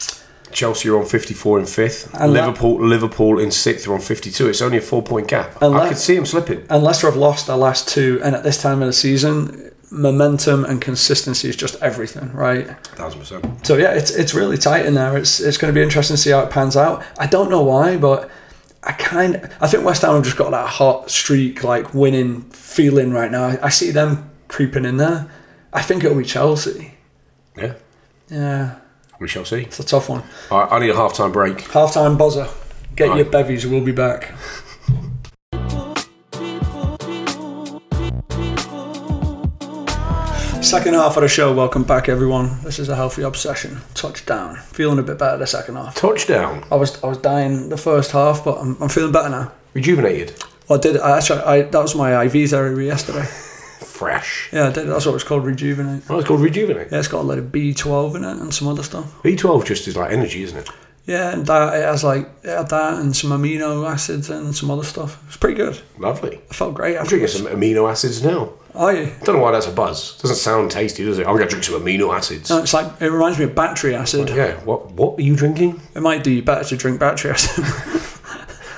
Speaker 2: Chelsea are on 54 in
Speaker 1: And
Speaker 2: fifth.
Speaker 1: that-
Speaker 2: Liverpool, Liverpool in sixth are on 52. It's only a four point gap.
Speaker 1: And
Speaker 2: I
Speaker 1: that-
Speaker 2: could see him slipping.
Speaker 1: and Leicester have lost their last two, and at this time of the season, momentum and consistency is just everything, right?
Speaker 2: Thousand percent.
Speaker 1: So yeah, it's it's really tight in there. It's it's going to be interesting to see how it pans out. I don't know why, but I kind I think West Ham have just got that hot streak, like winning feeling right now. I, I see them creeping in there. I think it'll be Chelsea.
Speaker 2: Yeah,
Speaker 1: Yeah,
Speaker 2: we shall see.
Speaker 1: it's a tough one.
Speaker 2: All right, I need a half time break.
Speaker 1: Halftime buzzer. Get
Speaker 2: Right.
Speaker 1: your bevies. We'll be back. Second half of the show. Welcome back, everyone. This is a healthy obsession. Touchdown. Feeling a bit better the second half.
Speaker 2: Touchdown,
Speaker 1: I was I was dying the first half, but I'm, I'm feeling better now.
Speaker 2: rejuvenated,
Speaker 1: Well, I did. I actually, I, that was my IV therapy yesterday.
Speaker 2: fresh.
Speaker 1: Yeah, I did. That's what it's called, rejuvenate.
Speaker 2: Oh, it's called rejuvenate.
Speaker 1: Yeah, it's got a lot of B12 in it and some other stuff.
Speaker 2: B12 just is like energy, isn't it?
Speaker 1: Yeah, and that it has like it had that and some amino acids and some other stuff. It's pretty good.
Speaker 2: Lovely.
Speaker 1: I felt great. Oh,
Speaker 2: I'm
Speaker 1: After
Speaker 2: drinking some amino acids now.
Speaker 1: Are you?
Speaker 2: Don't know why that's a buzz. Doesn't sound tasty, does it? I'm gonna drink some amino acids.
Speaker 1: No, it's like it reminds me of battery acid.
Speaker 2: yeah. What What are you drinking?
Speaker 1: It might do you better to drink battery acid.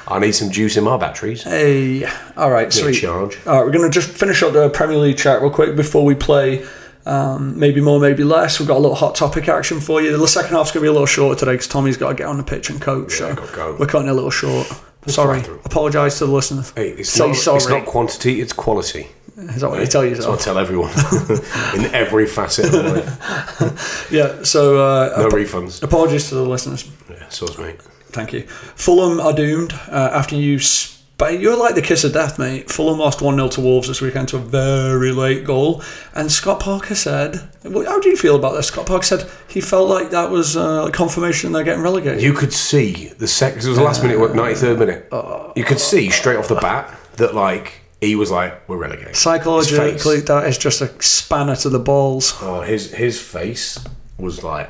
Speaker 2: I need some juice in my batteries.
Speaker 1: hey, all right,
Speaker 2: Need a
Speaker 1: sweet.
Speaker 2: charge.
Speaker 1: All right, we're gonna just finish up the Premier League chat real quick before we play. Um, maybe more, maybe less. We've got a little hot topic action for you. The second half's gonna be a little shorter today because Tommy's got to get on the pitch and coach.
Speaker 2: Yeah,
Speaker 1: so
Speaker 2: gotta go.
Speaker 1: we're cutting it a little short. Sorry,
Speaker 2: through.
Speaker 1: apologise to the listeners.
Speaker 2: Hey, it's,
Speaker 1: Say
Speaker 2: not,
Speaker 1: sorry.
Speaker 2: it's not quantity, it's quality.
Speaker 1: Is that what you tell
Speaker 2: That's what
Speaker 1: yourself?
Speaker 2: I tell everyone in every facet of life.
Speaker 1: Yeah. So uh,
Speaker 2: No refunds.
Speaker 1: apologies to the listeners.
Speaker 2: Yeah, so's me.
Speaker 1: Thank you. Fulham are doomed uh, after you. Sp- you're like the kiss of death, mate. Fulham lost 1 0 to Wolves this weekend to a very late goal. And Scott Parker said, well, How do you feel about this? Scott Parker said he felt like that was uh, confirmation they're getting relegated.
Speaker 2: You could see the sec. 'cause It was the last minute,
Speaker 1: Uh,
Speaker 2: what, 93rd minute. You could see straight off the bat that like he was like, we're relegated. His
Speaker 1: Psychologically,
Speaker 2: face-
Speaker 1: that is just a spanner to the balls.
Speaker 2: oh, his his face was like.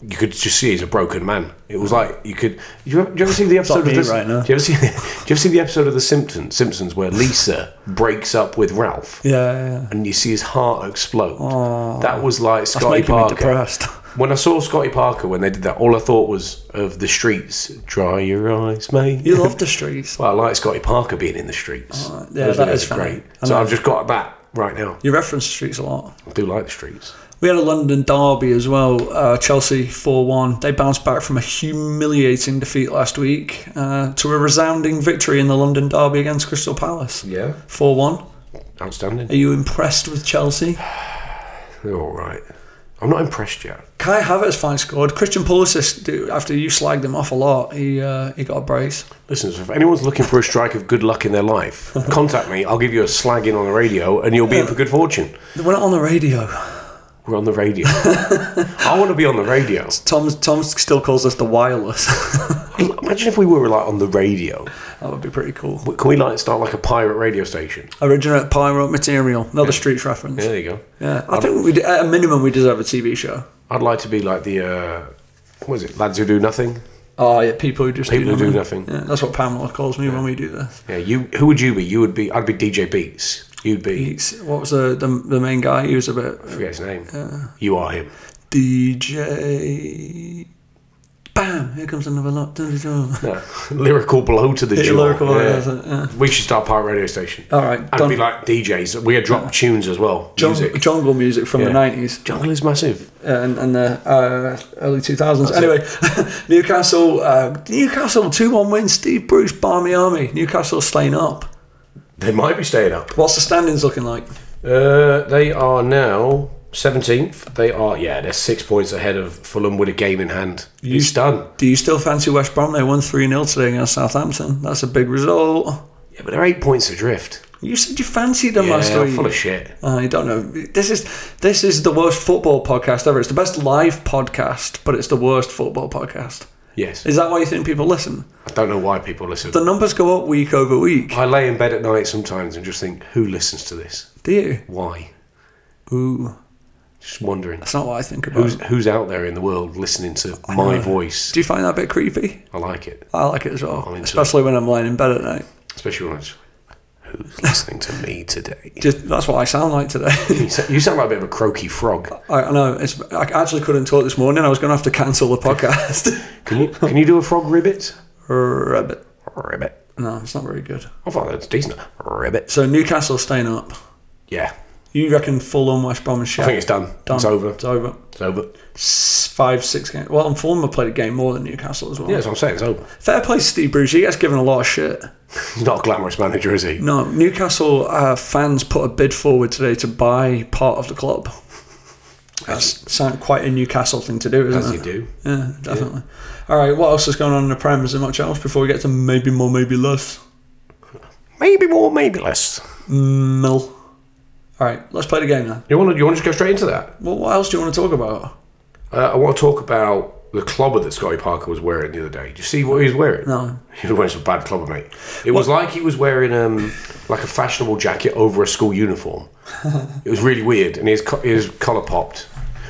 Speaker 2: You could just see he's a broken man. It was like you could. Do you ever, do you ever see the episode
Speaker 1: me
Speaker 2: of this?
Speaker 1: right now.
Speaker 2: Do you ever see? Do you ever see the episode of the Simpsons? Simpsons where Lisa breaks up with Ralph.
Speaker 1: Yeah, yeah, yeah.
Speaker 2: and you see his heart explode. that was like Scotty
Speaker 1: making me
Speaker 2: Parker.
Speaker 1: depressed.
Speaker 2: When I saw Scotty Parker when they did that, all I thought was of the streets. Dry your eyes, mate.
Speaker 1: You love the streets.
Speaker 2: well, I like Scotty Parker being in the streets.
Speaker 1: yeah,
Speaker 2: Those
Speaker 1: that
Speaker 2: videos
Speaker 1: is
Speaker 2: are
Speaker 1: funny.
Speaker 2: great.
Speaker 1: I
Speaker 2: So
Speaker 1: know.
Speaker 2: I've just got that right now.
Speaker 1: You reference the streets a lot.
Speaker 2: I do like the streets.
Speaker 1: We had a London derby as well. Uh, Chelsea 4 1. They bounced back from a humiliating defeat last week uh, to a resounding victory in the London derby against Crystal Palace.
Speaker 2: Yeah,
Speaker 1: 4 1.
Speaker 2: outstanding.
Speaker 1: Are you impressed with Chelsea?
Speaker 2: They're all right. I'm not impressed yet.
Speaker 1: Kai Havertz finally scored. Christian Pulisic, dude, after you slagged him off a lot, he uh, he got a brace.
Speaker 2: Listen, so if anyone's looking for a strike of good luck in their life, contact me. I'll give you a slagging on the radio, and you'll be in for good fortune.
Speaker 1: We're not on the radio.
Speaker 2: We're on the radio. I want to be on the radio.
Speaker 1: Tom Tom still calls us the wireless.
Speaker 2: Imagine if we were like on the radio.
Speaker 1: that would be pretty cool.
Speaker 2: But Can we like start like a pirate radio station?
Speaker 1: Originate pirate material. Another streets reference. Yeah.
Speaker 2: there you go.
Speaker 1: I think we, at a minimum we deserve a TV show.
Speaker 2: I'd like to be like the uh, what is it? Lads who do nothing.
Speaker 1: Oh yeah, people who just do
Speaker 2: People who do
Speaker 1: nothing.
Speaker 2: nothing.
Speaker 1: Yeah, that's what Pamela calls me when we do this.
Speaker 2: Yeah, you. Who would you be? You would be. I'd be DJ Beats. You'd be.
Speaker 1: He's, what was the, the the main guy? He was a bit
Speaker 2: I forget his name. you are him.
Speaker 1: DJ. Bam! Here comes another lot. Dun, dun, dun.
Speaker 2: No. lyrical blow to the
Speaker 1: Yeah,
Speaker 2: jaw.
Speaker 1: lyrical, that's it, yeah.
Speaker 2: We should start pirate radio station.
Speaker 1: All right,
Speaker 2: I'd
Speaker 1: done.
Speaker 2: be like DJs. We had drop tunes as well.
Speaker 1: Jungle,
Speaker 2: Music.
Speaker 1: jungle music from the
Speaker 2: Yeah.
Speaker 1: nineties
Speaker 2: Jungle is massive.
Speaker 1: and, and the uh, early two thousands. Anyway, Newcastle, uh, Newcastle two one win. Steve Bruce, Barmy Army. Newcastle slain up.
Speaker 2: They might be staying up.
Speaker 1: What's the standings looking like?
Speaker 2: Uh, they are now 17th. They are, yeah, they're six points ahead of Fulham with a game in hand. it's done.
Speaker 1: Do you still fancy West Brom? They won three 0 today against Southampton. That's a big result.
Speaker 2: Yeah, but they're eight points adrift.
Speaker 1: You said you fancied them
Speaker 2: Yeah,
Speaker 1: last week.
Speaker 2: full of shit.
Speaker 1: I don't know. This is this is the worst football podcast ever. It's the best live podcast, but it's the worst football podcast.
Speaker 2: Yes.
Speaker 1: Is that why you think people listen?
Speaker 2: I don't know why people listen.
Speaker 1: The numbers go up week over week.
Speaker 2: I lay in bed at night sometimes and just think, who listens to this?
Speaker 1: Do you?
Speaker 2: Why?
Speaker 1: Ooh,
Speaker 2: Just wondering.
Speaker 1: that's not what I think about.
Speaker 2: Who's, who's out there in the world listening to my voice?
Speaker 1: Do you find that a bit creepy?
Speaker 2: I like it.
Speaker 1: I like it as
Speaker 2: I'm
Speaker 1: well,
Speaker 2: into
Speaker 1: especially when I'm lying in bed at night.
Speaker 2: Especially when it's, who's listening to me today?
Speaker 1: Just that's what I sound like today.
Speaker 2: You sa- you sound like a bit of a croaky frog.
Speaker 1: I, I know. It's, I actually couldn't talk this morning. I was going to have to cancel the podcast.
Speaker 2: Can you, can you do a frog ribbit?
Speaker 1: Rabbit.
Speaker 2: Ribbit.
Speaker 1: No, it's not very good.
Speaker 2: I thought that's decent. Ribbit.
Speaker 1: So Newcastle staying up.
Speaker 2: Yeah.
Speaker 1: You reckon Fulham, West Brom, and
Speaker 2: I
Speaker 1: Sheffield?
Speaker 2: think it's done.
Speaker 1: Done.
Speaker 2: It's over.
Speaker 1: It's over.
Speaker 2: It's over.
Speaker 1: S- Five, six games. Well, and Fulham have played a game more than Newcastle as well.
Speaker 2: Yeah, that's what I'm saying. It's over.
Speaker 1: Fair play to Steve Bruce. He gets given a lot of shit.
Speaker 2: He's not a glamorous manager, is he?
Speaker 1: No, Newcastle uh, fans put a bid forward today to buy part of the club. That's sound quite a Newcastle thing to do, isn't
Speaker 2: As
Speaker 1: it?
Speaker 2: you do.
Speaker 1: Yeah, definitely. All right, what else is going on in the Prem? Is there much else before we get to maybe more, maybe less?
Speaker 2: Maybe more, maybe less.
Speaker 1: Mill. All right, let's play the game then.
Speaker 2: You want to you want to just go straight into that?
Speaker 1: Well, what else do you want to talk about?
Speaker 2: Uh, I want to talk about the clobber that Scotty Parker was wearing the other day. Did you see what he was wearing?
Speaker 1: No.
Speaker 2: He was wearing some bad clobber, mate. It was like he was wearing um like a fashionable jacket over a school uniform. it was really weird, and his co- his collar popped.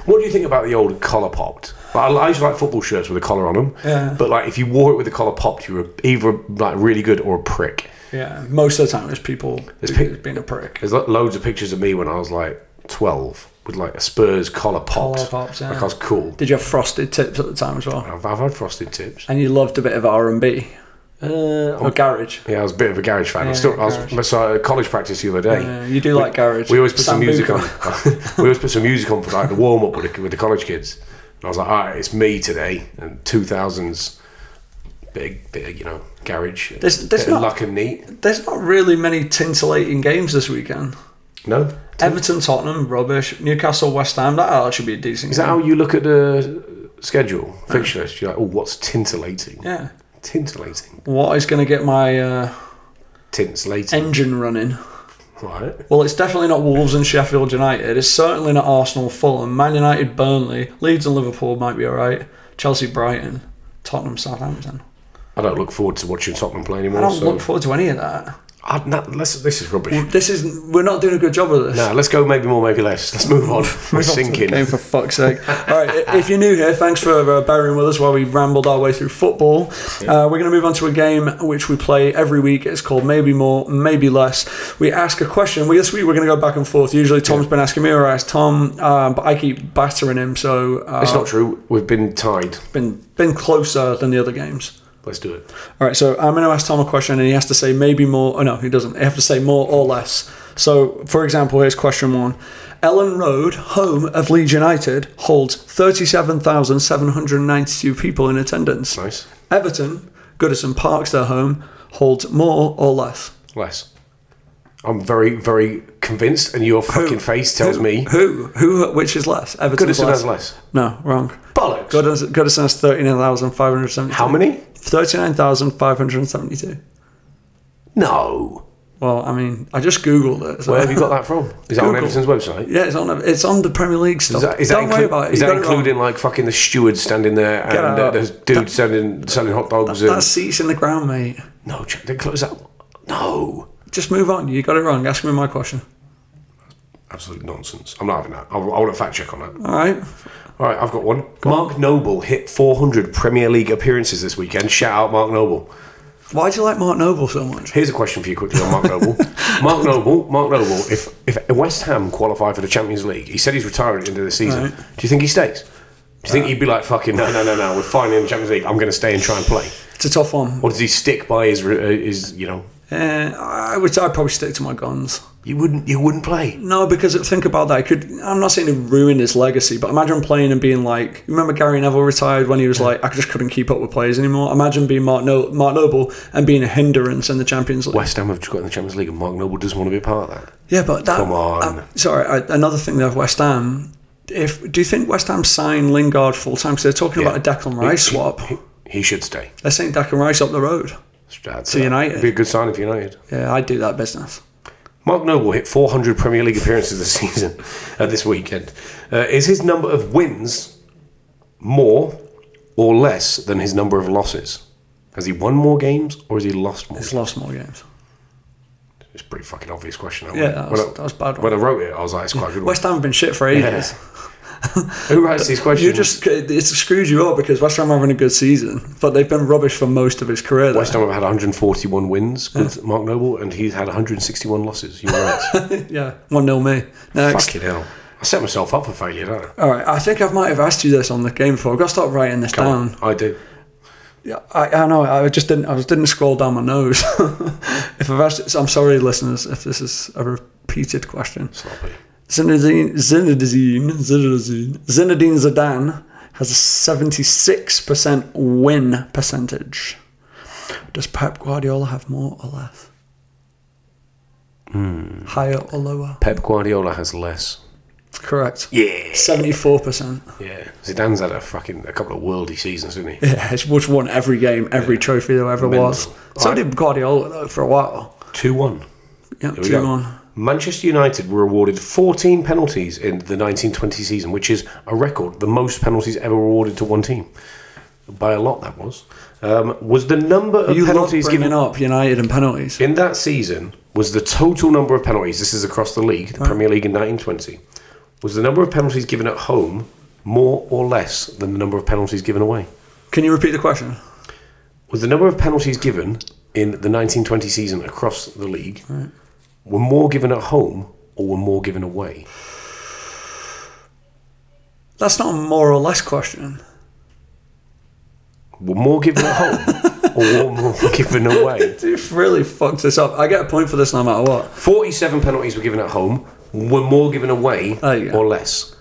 Speaker 2: What do you think about the old collar popped? Like, I, I used to like football shirts with a collar on them.
Speaker 1: Yeah.
Speaker 2: But like, if you wore it with the collar popped, you were either like really good or a prick.
Speaker 1: Yeah, most of the time it's people
Speaker 2: It's
Speaker 1: who-
Speaker 2: pe-
Speaker 1: being a prick.
Speaker 2: There's lo- loads of pictures of me when I was like 12 with like a Spurs collar
Speaker 1: Collar
Speaker 2: popped.
Speaker 1: popped, yeah.
Speaker 2: Like I was cool.
Speaker 1: Did you have frosted tips at the time as well?
Speaker 2: I've, I've had frosted tips.
Speaker 1: And you loved a bit of R and B
Speaker 2: Oh.
Speaker 1: or garage.
Speaker 2: Yeah, I was a bit of a garage fan.
Speaker 1: Uh, Yeah,
Speaker 2: I'm still, I
Speaker 1: garage.
Speaker 2: was so at college practice the other day.
Speaker 1: Yeah, you do like garage.
Speaker 2: We always put some
Speaker 1: Sambuca.
Speaker 2: music on. we always put some music on for like the warm up with the, with the college kids. And I was like, all right, it's me today. And 2000s, big, bit of, you know, garage.
Speaker 1: There's- there's
Speaker 2: bit of
Speaker 1: not-
Speaker 2: luck and neat.
Speaker 1: There's not really many tintillating games this weekend.
Speaker 2: No?
Speaker 1: Everton, Tottenham, rubbish. Newcastle, West Ham. That should be a decent.
Speaker 2: Is that
Speaker 1: game.
Speaker 2: how you look at the schedule, fixture list? You're like, oh, what's tintillating?
Speaker 1: Yeah.
Speaker 2: Tintillating.
Speaker 1: What is going to get my uh,
Speaker 2: Tintillating.
Speaker 1: engine running?
Speaker 2: right.
Speaker 1: Well, it's definitely not Wolves and Sheffield United. It's certainly not Arsenal, Fulham, Man United, Burnley, Leeds and Liverpool might be all right. Chelsea, Brighton, Tottenham, Southampton.
Speaker 2: I don't look forward to watching Tottenham play
Speaker 1: I
Speaker 2: anymore.
Speaker 1: don't
Speaker 2: so
Speaker 1: look forward to any of that.
Speaker 2: I, no, let's, this is rubbish.
Speaker 1: This is we're not doing a good job of this.
Speaker 2: No, let's go maybe more, maybe less. Let's move on. We're
Speaker 1: Move on to the
Speaker 2: sinking.
Speaker 1: Game for fuck's sake. All right, i- if you're new here, thanks for uh, bearing with us while we rambled our way through football. Uh, we're going to move on to a game which we play every week. It's called Maybe More, Maybe Less. We ask a question. We, this week we're going to go back and forth. Usually Tom's been asking me or I ask Tom, um, but I keep battering him, so uh,
Speaker 2: It's not true. We've been tied.
Speaker 1: been been closer than the other games.
Speaker 2: Let's do it.
Speaker 1: All right, so I'm going to ask Tom a question, and he has to say maybe more. Oh no, he doesn't. He has to say more or less. So, for example, here's question one: Ellen Road, home of Leeds United, holds 37,792 people in attendance.
Speaker 2: Nice.
Speaker 1: Everton, Goodison Park's their home, holds more or less.
Speaker 2: Less. I'm very, very convinced, and your fucking face tells
Speaker 1: who,
Speaker 2: me
Speaker 1: who, who, which is less? Everton
Speaker 2: Goodison
Speaker 1: less.
Speaker 2: has less.
Speaker 1: No, wrong.
Speaker 2: Bollocks.
Speaker 1: Goodison, Goodison has 39,572.
Speaker 2: How many?
Speaker 1: 39,572.
Speaker 2: No.
Speaker 1: Well, I mean, I just googled it. So.
Speaker 2: Where have you got that from? Is that on
Speaker 1: Google.
Speaker 2: Everton's website?
Speaker 1: Yeah, it's on. the- It's on the Premier League stuff.
Speaker 2: Is that, is that,
Speaker 1: Don't worry
Speaker 2: inclu-
Speaker 1: about it.
Speaker 2: is
Speaker 1: You
Speaker 2: that
Speaker 1: got it
Speaker 2: including like fucking the steward standing there and uh,
Speaker 1: out.
Speaker 2: the dude selling selling hot dogs
Speaker 1: wrong.
Speaker 2: and
Speaker 1: That seat's in the ground, mate.
Speaker 2: no, ch- they close that. No,
Speaker 1: Just move on. You got it wrong. Ask me my question.
Speaker 2: absolute nonsense. I'm not having that. I, I want a fact check on that.
Speaker 1: All right.
Speaker 2: All right, I've got one. Mark Noble hit 400 Premier League appearances this weekend. Shout out Mark Noble.
Speaker 1: Why do you like Mark Noble so much?
Speaker 2: Here's a question for you quickly on Mark Noble. Mark Noble, Mark Noble. If if West Ham qualify for the Champions League, he said he's retiring at the end of the season.
Speaker 1: Right. Uh,
Speaker 2: Do you think he stays? Do you think he'd be like fucking no, no, no, no? We're finally in the Champions League. I'm going to stay and try and play.
Speaker 1: It's a tough one.
Speaker 2: Or does he stick by his, re- uh, his you know?
Speaker 1: Uh, I would. I'd probably stick to my guns.
Speaker 2: You wouldn't, you wouldn't play.
Speaker 1: No, because think about that. It could I'm not saying it ruined his legacy, but imagine playing and being like, you remember Gary Neville retired when he was like, I just couldn't keep up with players anymore. Imagine being Mark, no- Mark Noble and being a hindrance in the Champions League.
Speaker 2: West Ham have just got in the Champions League, and Mark Noble doesn't want to be a part of that.
Speaker 1: Yeah, but that.
Speaker 2: Come on.
Speaker 1: uh, sorry, I, another thing there, West Ham. If do you think West Ham sign Lingard full time? Because they're talking about a Declan Rice
Speaker 2: He-
Speaker 1: swap.
Speaker 2: He, he should stay.
Speaker 1: They're saying Declan Rice up the road.
Speaker 2: to
Speaker 1: United.
Speaker 2: be a good signing for United.
Speaker 1: Yeah, I'd do that business.
Speaker 2: Mark Noble hit 400 Premier League appearances this season, uh, this weekend. Uh, is his number of wins more or less than his number of losses? Has he won more games or has he lost more?
Speaker 1: He's lost more games.
Speaker 2: It's a pretty fucking obvious question. that
Speaker 1: Yeah,
Speaker 2: one.
Speaker 1: that
Speaker 2: when
Speaker 1: was,
Speaker 2: I,
Speaker 1: that was a bad. One.
Speaker 2: when I wrote it, I was like, it's quite a good one.
Speaker 1: West Ham have been shit for ages.
Speaker 2: Who writes these questions?
Speaker 1: You just it's screwed you up because West Ham are having a good season, but they've been rubbish for most of his career. there.
Speaker 2: West Ham have had 141 wins with Mark Noble, and he's had 161 losses. You're right.
Speaker 1: yeah, one 0 me. Next.
Speaker 2: Fucking hell. I set myself up for failure, don't I?
Speaker 1: All right, I think I might have asked you this on the game before. I've got to start writing this
Speaker 2: Come
Speaker 1: down.
Speaker 2: on, I do.
Speaker 1: Yeah, I, I know. I just didn't. I just didn't scroll down my nose. if I've asked, I'm sorry, listeners, if this is a repeated question.
Speaker 2: Sloppy.
Speaker 1: Zinedine Zinedine Zinedine Zinedine Zidane has a 76% win percentage. Does Pep Guardiola have more or less? Higher or lower?
Speaker 2: Pep Guardiola has less.
Speaker 1: Correct.
Speaker 2: Yeah.
Speaker 1: 74%.
Speaker 2: Yeah. Zidane's had a fucking a couple of worldy seasons, didn't he?
Speaker 1: Yeah, he's won- won every game, every trophy there ever was.
Speaker 2: Mental.
Speaker 1: So did Guardiola though for a while.
Speaker 2: Two one.
Speaker 1: Yeah,
Speaker 2: Here we
Speaker 1: two
Speaker 2: go.
Speaker 1: one.
Speaker 2: Manchester United were awarded 14 penalties in the 1920 season, which is a record, the most penalties ever awarded to one team. By a lot, that was. Um, was the number of
Speaker 1: You
Speaker 2: penalties
Speaker 1: love
Speaker 2: given
Speaker 1: bringing up United and penalties.
Speaker 2: in that season was the total number of penalties. This is across the league, the Premier League in 1920. Was the number of penalties given at home more or less than the number of penalties given away?
Speaker 1: Can you repeat the question?
Speaker 2: Was the number of penalties given in the 1920 season across the league were more given at home or were more given away?
Speaker 1: That's not a more or less question.
Speaker 2: Were more given at home or were more given away?
Speaker 1: You've really fucked this up. I get a point for this no matter what.
Speaker 2: 47 penalties were given at home, were more given away
Speaker 1: There you go.
Speaker 2: or less.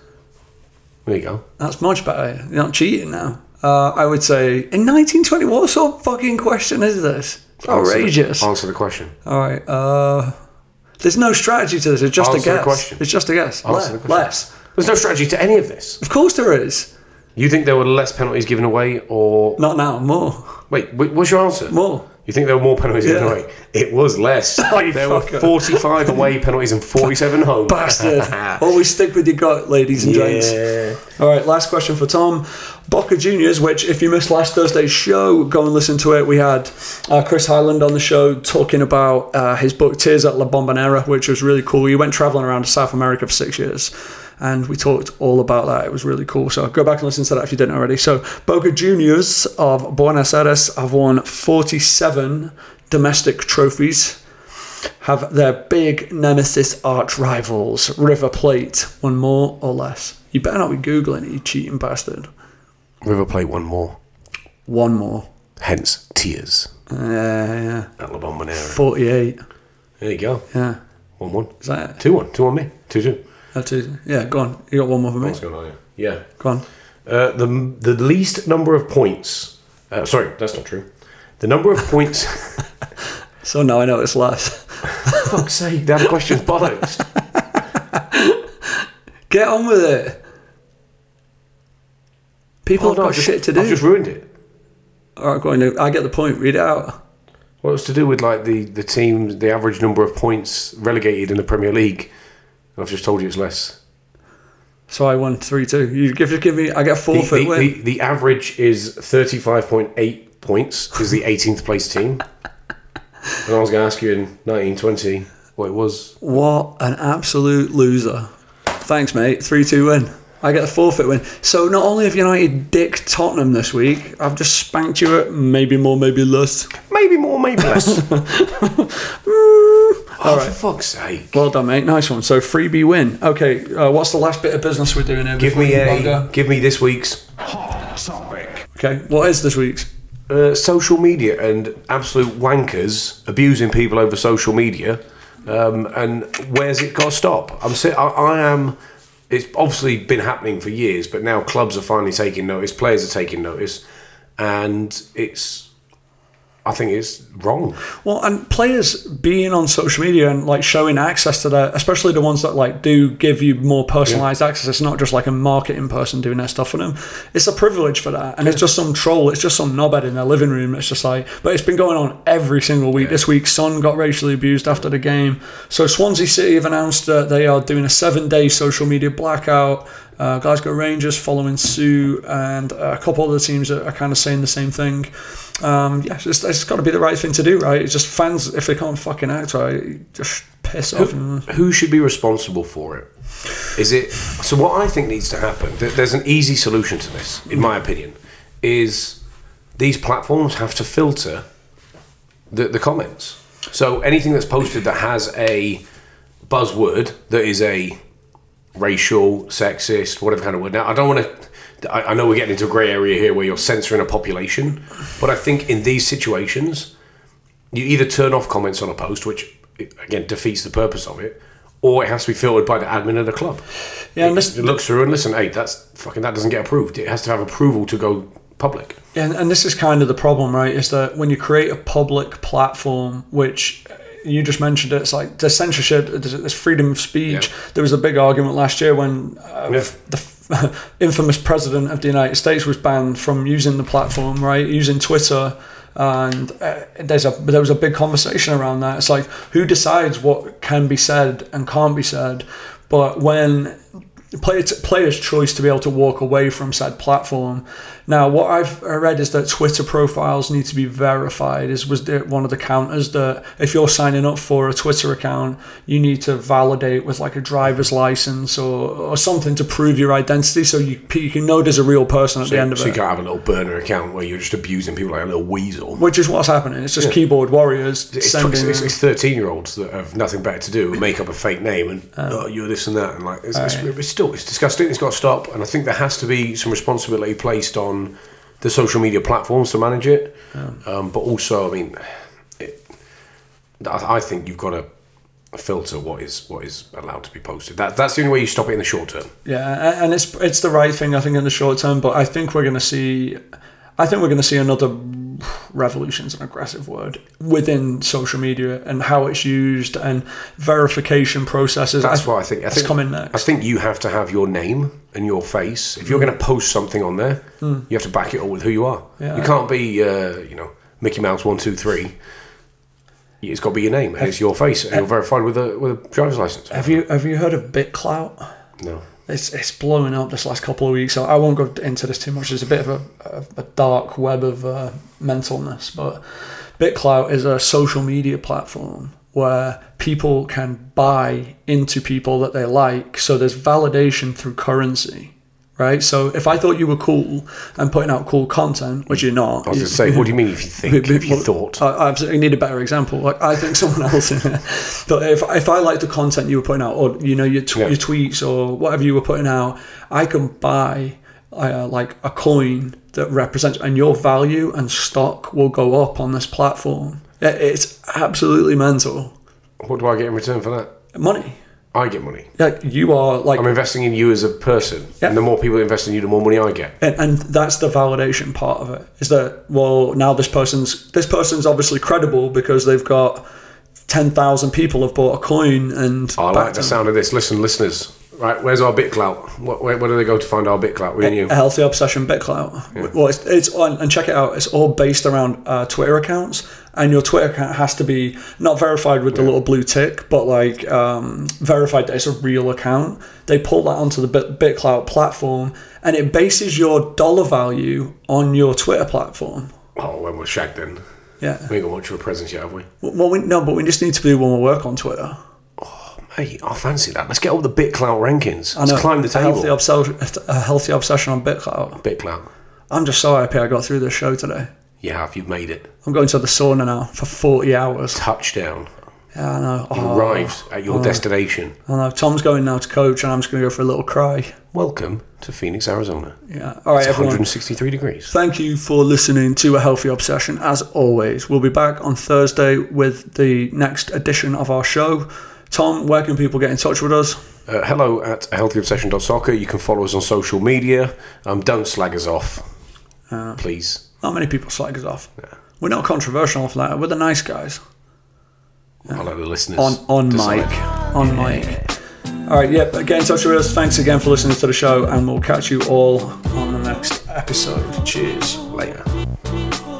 Speaker 2: There you go.
Speaker 1: That's much better. You're not cheating now. Uh, I would say in 1920. What sort of fucking question is this? It's
Speaker 2: Answer the-
Speaker 1: outrageous.
Speaker 2: Answer the question.
Speaker 1: All right. Uh, there's no strategy to this. It's just
Speaker 2: Answer the
Speaker 1: a guess.
Speaker 2: question.
Speaker 1: It's just a guess.
Speaker 2: Answer the
Speaker 1: Le-
Speaker 2: question.
Speaker 1: less.
Speaker 2: There's no strategy to any of this.
Speaker 1: Of course there is.
Speaker 2: You think there were less penalties given away or.
Speaker 1: Not now. More.
Speaker 2: Wait, wh- what's your answer?
Speaker 1: More.
Speaker 2: You think there were more penalties given
Speaker 1: Yeah. Oh,
Speaker 2: away? It was less.
Speaker 1: you
Speaker 2: there were
Speaker 1: fucker.
Speaker 2: 45 away penalties and 47 home.
Speaker 1: Bastard. Always stick with your gut, ladies and gents.
Speaker 2: Yeah.
Speaker 1: All right, last question for Tom. Boca Juniors, which if you missed last Thursday's show, go and listen to it. We had uh, Chris Highland on the show talking about uh, his book Tears at La Bombonera, which was really cool. He went traveling around South America for six years, and we talked all about that. It was really cool. So go back and listen to that if you didn't already. So Boca Juniors of Buenos Aires have won 47 domestic trophies have their big nemesis arch rivals, River Plate, one more or less. You better not be Googling it, you cheating bastard.
Speaker 2: River Plate one more.
Speaker 1: One more.
Speaker 2: Hence, tears
Speaker 1: Yeah, yeah, yeah.
Speaker 2: at La Bombonera.
Speaker 1: 48.
Speaker 2: There you go.
Speaker 1: Yeah.
Speaker 2: 1 1.
Speaker 1: Is that it?
Speaker 2: 2 1. 2 on me. 2 2.
Speaker 1: That's it. Yeah, go on. You got one more for me?
Speaker 2: What's going on here? Yeah.
Speaker 1: Go on.
Speaker 2: Uh, the, the least number of points. Uh, sorry, that's not true. The number of points.
Speaker 1: So now I know it's less.
Speaker 2: fuck's sake, that question's bollocks.
Speaker 1: Get on with it. People have
Speaker 2: no,
Speaker 1: got
Speaker 2: I've just-
Speaker 1: shit to do.
Speaker 2: I've just ruined it.
Speaker 1: All right, go on. I get the point. Read it out.
Speaker 2: Well, it's to do with like the the team, the average number of points relegated in the Premier League. I've just told you it's less.
Speaker 1: So I won 3 2. You give, just give me, I get a
Speaker 2: The,
Speaker 1: forfeit
Speaker 2: the,
Speaker 1: win.
Speaker 2: the, the average is thirty five point eight points. Is the eighteenth place team? And I was going to ask you in nineteen twenty what it was.
Speaker 1: What an absolute loser. Thanks, mate. 3 2 win. I get the forfeit win. So not only have United dick Tottenham this week, I've just spanked you at maybe more, maybe less.
Speaker 2: Maybe more, maybe less. oh,
Speaker 1: right.
Speaker 2: for fuck's sake!
Speaker 1: Well done, mate. Nice one. So freebie win. Okay, uh, what's the last bit of business we're doing here?
Speaker 2: Give
Speaker 1: before
Speaker 2: me
Speaker 1: we
Speaker 2: a,
Speaker 1: bugger?
Speaker 2: give me this week's
Speaker 1: Okay, what is this week's?
Speaker 2: uh, social media and absolute wankers abusing people over social media. Um, and where's it got to stop? I'm si- I, I am. It's obviously been happening for years, but now clubs are finally taking notice. Players are taking notice, and it's. I think it's wrong.
Speaker 1: Well, and players being on social media and like showing access to that, especially the ones that like do give you more personalized access. It's not just like a marketing person doing their stuff for them. It's a privilege for that, and it's just some troll. It's just some knobhead in their living room. It's just like, but it's been going on every single week. This week, Son got racially abused after the game. So Swansea City have announced that they are doing a seven-day social media blackout. Uh, Glasgow Rangers following suit, and uh, a couple other teams are, are kind of saying the same thing. Um, yeah, it's, just- it's got to be the right thing to do, right? It's just fans if they can't fucking act right, just piss off. And,
Speaker 2: Who should be responsible for it? Is it so? What I think needs to happen. th- There's an easy solution to this, in my opinion, is these platforms have to filter the, the comments. So anything that's posted that has a buzzword that is a racial, sexist, whatever kind of word. Now, I don't want to. I, I know we're getting into a grey area here where you're censoring a population, but I think in these situations, you either turn off comments on a post, which again defeats the purpose of it, or it has to be filtered by the admin of the club.
Speaker 1: yeah, and
Speaker 2: It
Speaker 1: this,
Speaker 2: looks through and listen, hey, that's fucking that doesn't get approved. It has to have approval to go public.
Speaker 1: and, and this is kind of the problem, right? Is that when you create a public platform, which uh, you just mentioned, it, it's like the censorship, there's, there's freedom of speech.
Speaker 2: Yeah.
Speaker 1: There was a big argument last year when uh,
Speaker 2: Yeah.
Speaker 1: the f- infamous president of the United States was banned from using the platform, right? Using Twitter. And uh, there's a there was a big conversation around that. It's like who decides what can be said and can't be said, but when players, player's choice to be able to walk away from said platform. Now, what I've read is that Twitter profiles need to be verified. Is was the, one of the counters that if you're signing up for a Twitter account, you need to validate with like a driver's license or, or something to prove your identity, so you you can know there's a real person at the end of
Speaker 2: So you
Speaker 1: it.
Speaker 2: can't have a little burner account where you're just abusing people like a little weasel.
Speaker 1: Which is what's happening. It's just keyboard warriors
Speaker 2: It's,
Speaker 1: sending.
Speaker 2: it's, it's 13 year olds that have nothing better to do and make up a fake name and oh, you're this and that and like it's, it's, it's still it's disgusting it's got to stop and I think there has to be some responsibility placed on the social media platforms to manage it um, but also I mean it, I I think you've got to filter what is what is allowed to be posted that, that's the only way you stop it in the short term
Speaker 1: Yeah, a- and it's it's the right thing I think in the short term, but I think we're going to see, I think we're going to see another revolution's an aggressive word within social media and how it's used and verification processes.
Speaker 2: That's
Speaker 1: I,
Speaker 2: why I think I
Speaker 1: it's
Speaker 2: think
Speaker 1: coming next.
Speaker 2: I think you have to have your name and your face.
Speaker 1: Mm.
Speaker 2: If you're going to post something on there, you have to back it up with who you are.
Speaker 1: Hmm. Yeah.
Speaker 2: You can't be, uh, you know, Mickey Mouse one two three. It's got to be your name and it's your face, and you're verified with a with a driver's license.
Speaker 1: Have you have you heard of BitClout?
Speaker 2: No,
Speaker 1: It's it's blowing up this last couple of weeks. So I won't go into this too much. It's a bit of a, a, a dark web of uh, mentalness, but BitClout is a social media platform where people can buy into people that they like. So there's validation through currency, right? So if I thought you were cool and putting out cool content, which you're not,
Speaker 2: I was
Speaker 1: you-
Speaker 2: going to say, what do you mean if you think, if you thought?
Speaker 1: I, I absolutely need a better example. Like I think someone else in it. But if, if I like the content you were putting out, or you know your tw-
Speaker 2: Yeah.
Speaker 1: your tweets or whatever you were putting out, I can buy uh, like a coin that represents, and your value and stock will go up on this platform. It, it's absolutely mental.
Speaker 2: What do I get in return for that?
Speaker 1: Money,
Speaker 2: I get money.
Speaker 1: like you are like,
Speaker 2: I'm investing in you as a person,
Speaker 1: Yeah.
Speaker 2: and the more people invest in you, the more money I get.
Speaker 1: and, and that's the validation part of it. Is that well now this person's this person's obviously credible because they've got. 10,000 people have bought a coin and
Speaker 2: I like
Speaker 1: backed
Speaker 2: the
Speaker 1: them.
Speaker 2: sound of this. Listen, listeners, right? Where's our bit clout? What, where, where do they go to find our bit clout? We and you.
Speaker 1: a healthy obsession bit clout. Well, it's, it's on, and check it out. It's all based around uh, Twitter accounts, and your Twitter account has to be not verified with the little blue tick, but like um, verified that it's a real account. They pull that onto the bit, BitClout platform, and it bases your dollar value on your Twitter platform.
Speaker 2: Oh, when we're shagged then.
Speaker 1: Yeah.
Speaker 2: We ain't got much of a presence yet, have we?
Speaker 1: Well, we, no, but we just need to do more work on Twitter.
Speaker 2: Hey, I fancy that. Let's get all the bit clout rankings.
Speaker 1: I know,
Speaker 2: Let's climb the
Speaker 1: a Healthy
Speaker 2: table.
Speaker 1: obsession, a healthy obsession on BitClout.
Speaker 2: Bit clout.
Speaker 1: I'm just so happy I got through this show today.
Speaker 2: You have. You've made it.
Speaker 1: I'm going to the sauna now for 40 hours.
Speaker 2: Touchdown.
Speaker 1: Yeah, I know.
Speaker 2: You
Speaker 1: Oh,
Speaker 2: arrived at your destination.
Speaker 1: I know. Tom's going now to coach, and I'm just going to go for a little cry.
Speaker 2: Welcome to Phoenix, Arizona.
Speaker 1: Yeah. All right,
Speaker 2: It's
Speaker 1: everyone.
Speaker 2: 163 degrees.
Speaker 1: Thank you for listening to A Healthy Obsession. As always, we'll be back on Thursday with the next edition of our show. Tom, where can people get in touch with us?
Speaker 2: Uh, hello at healthyobsession.soccer. You can follow us on social media. Um, don't slag us off,
Speaker 1: Uh.
Speaker 2: please.
Speaker 1: Not many people slag us off. We're not controversial off that. We're the nice guys.
Speaker 2: I'll let the listeners
Speaker 1: Uh. On on
Speaker 2: decide.
Speaker 1: mic. On mic. All right, yep. Get in touch with us. Thanks again for listening to the show, and we'll catch you all on the next episode. Cheers.
Speaker 2: later.
Speaker 3: People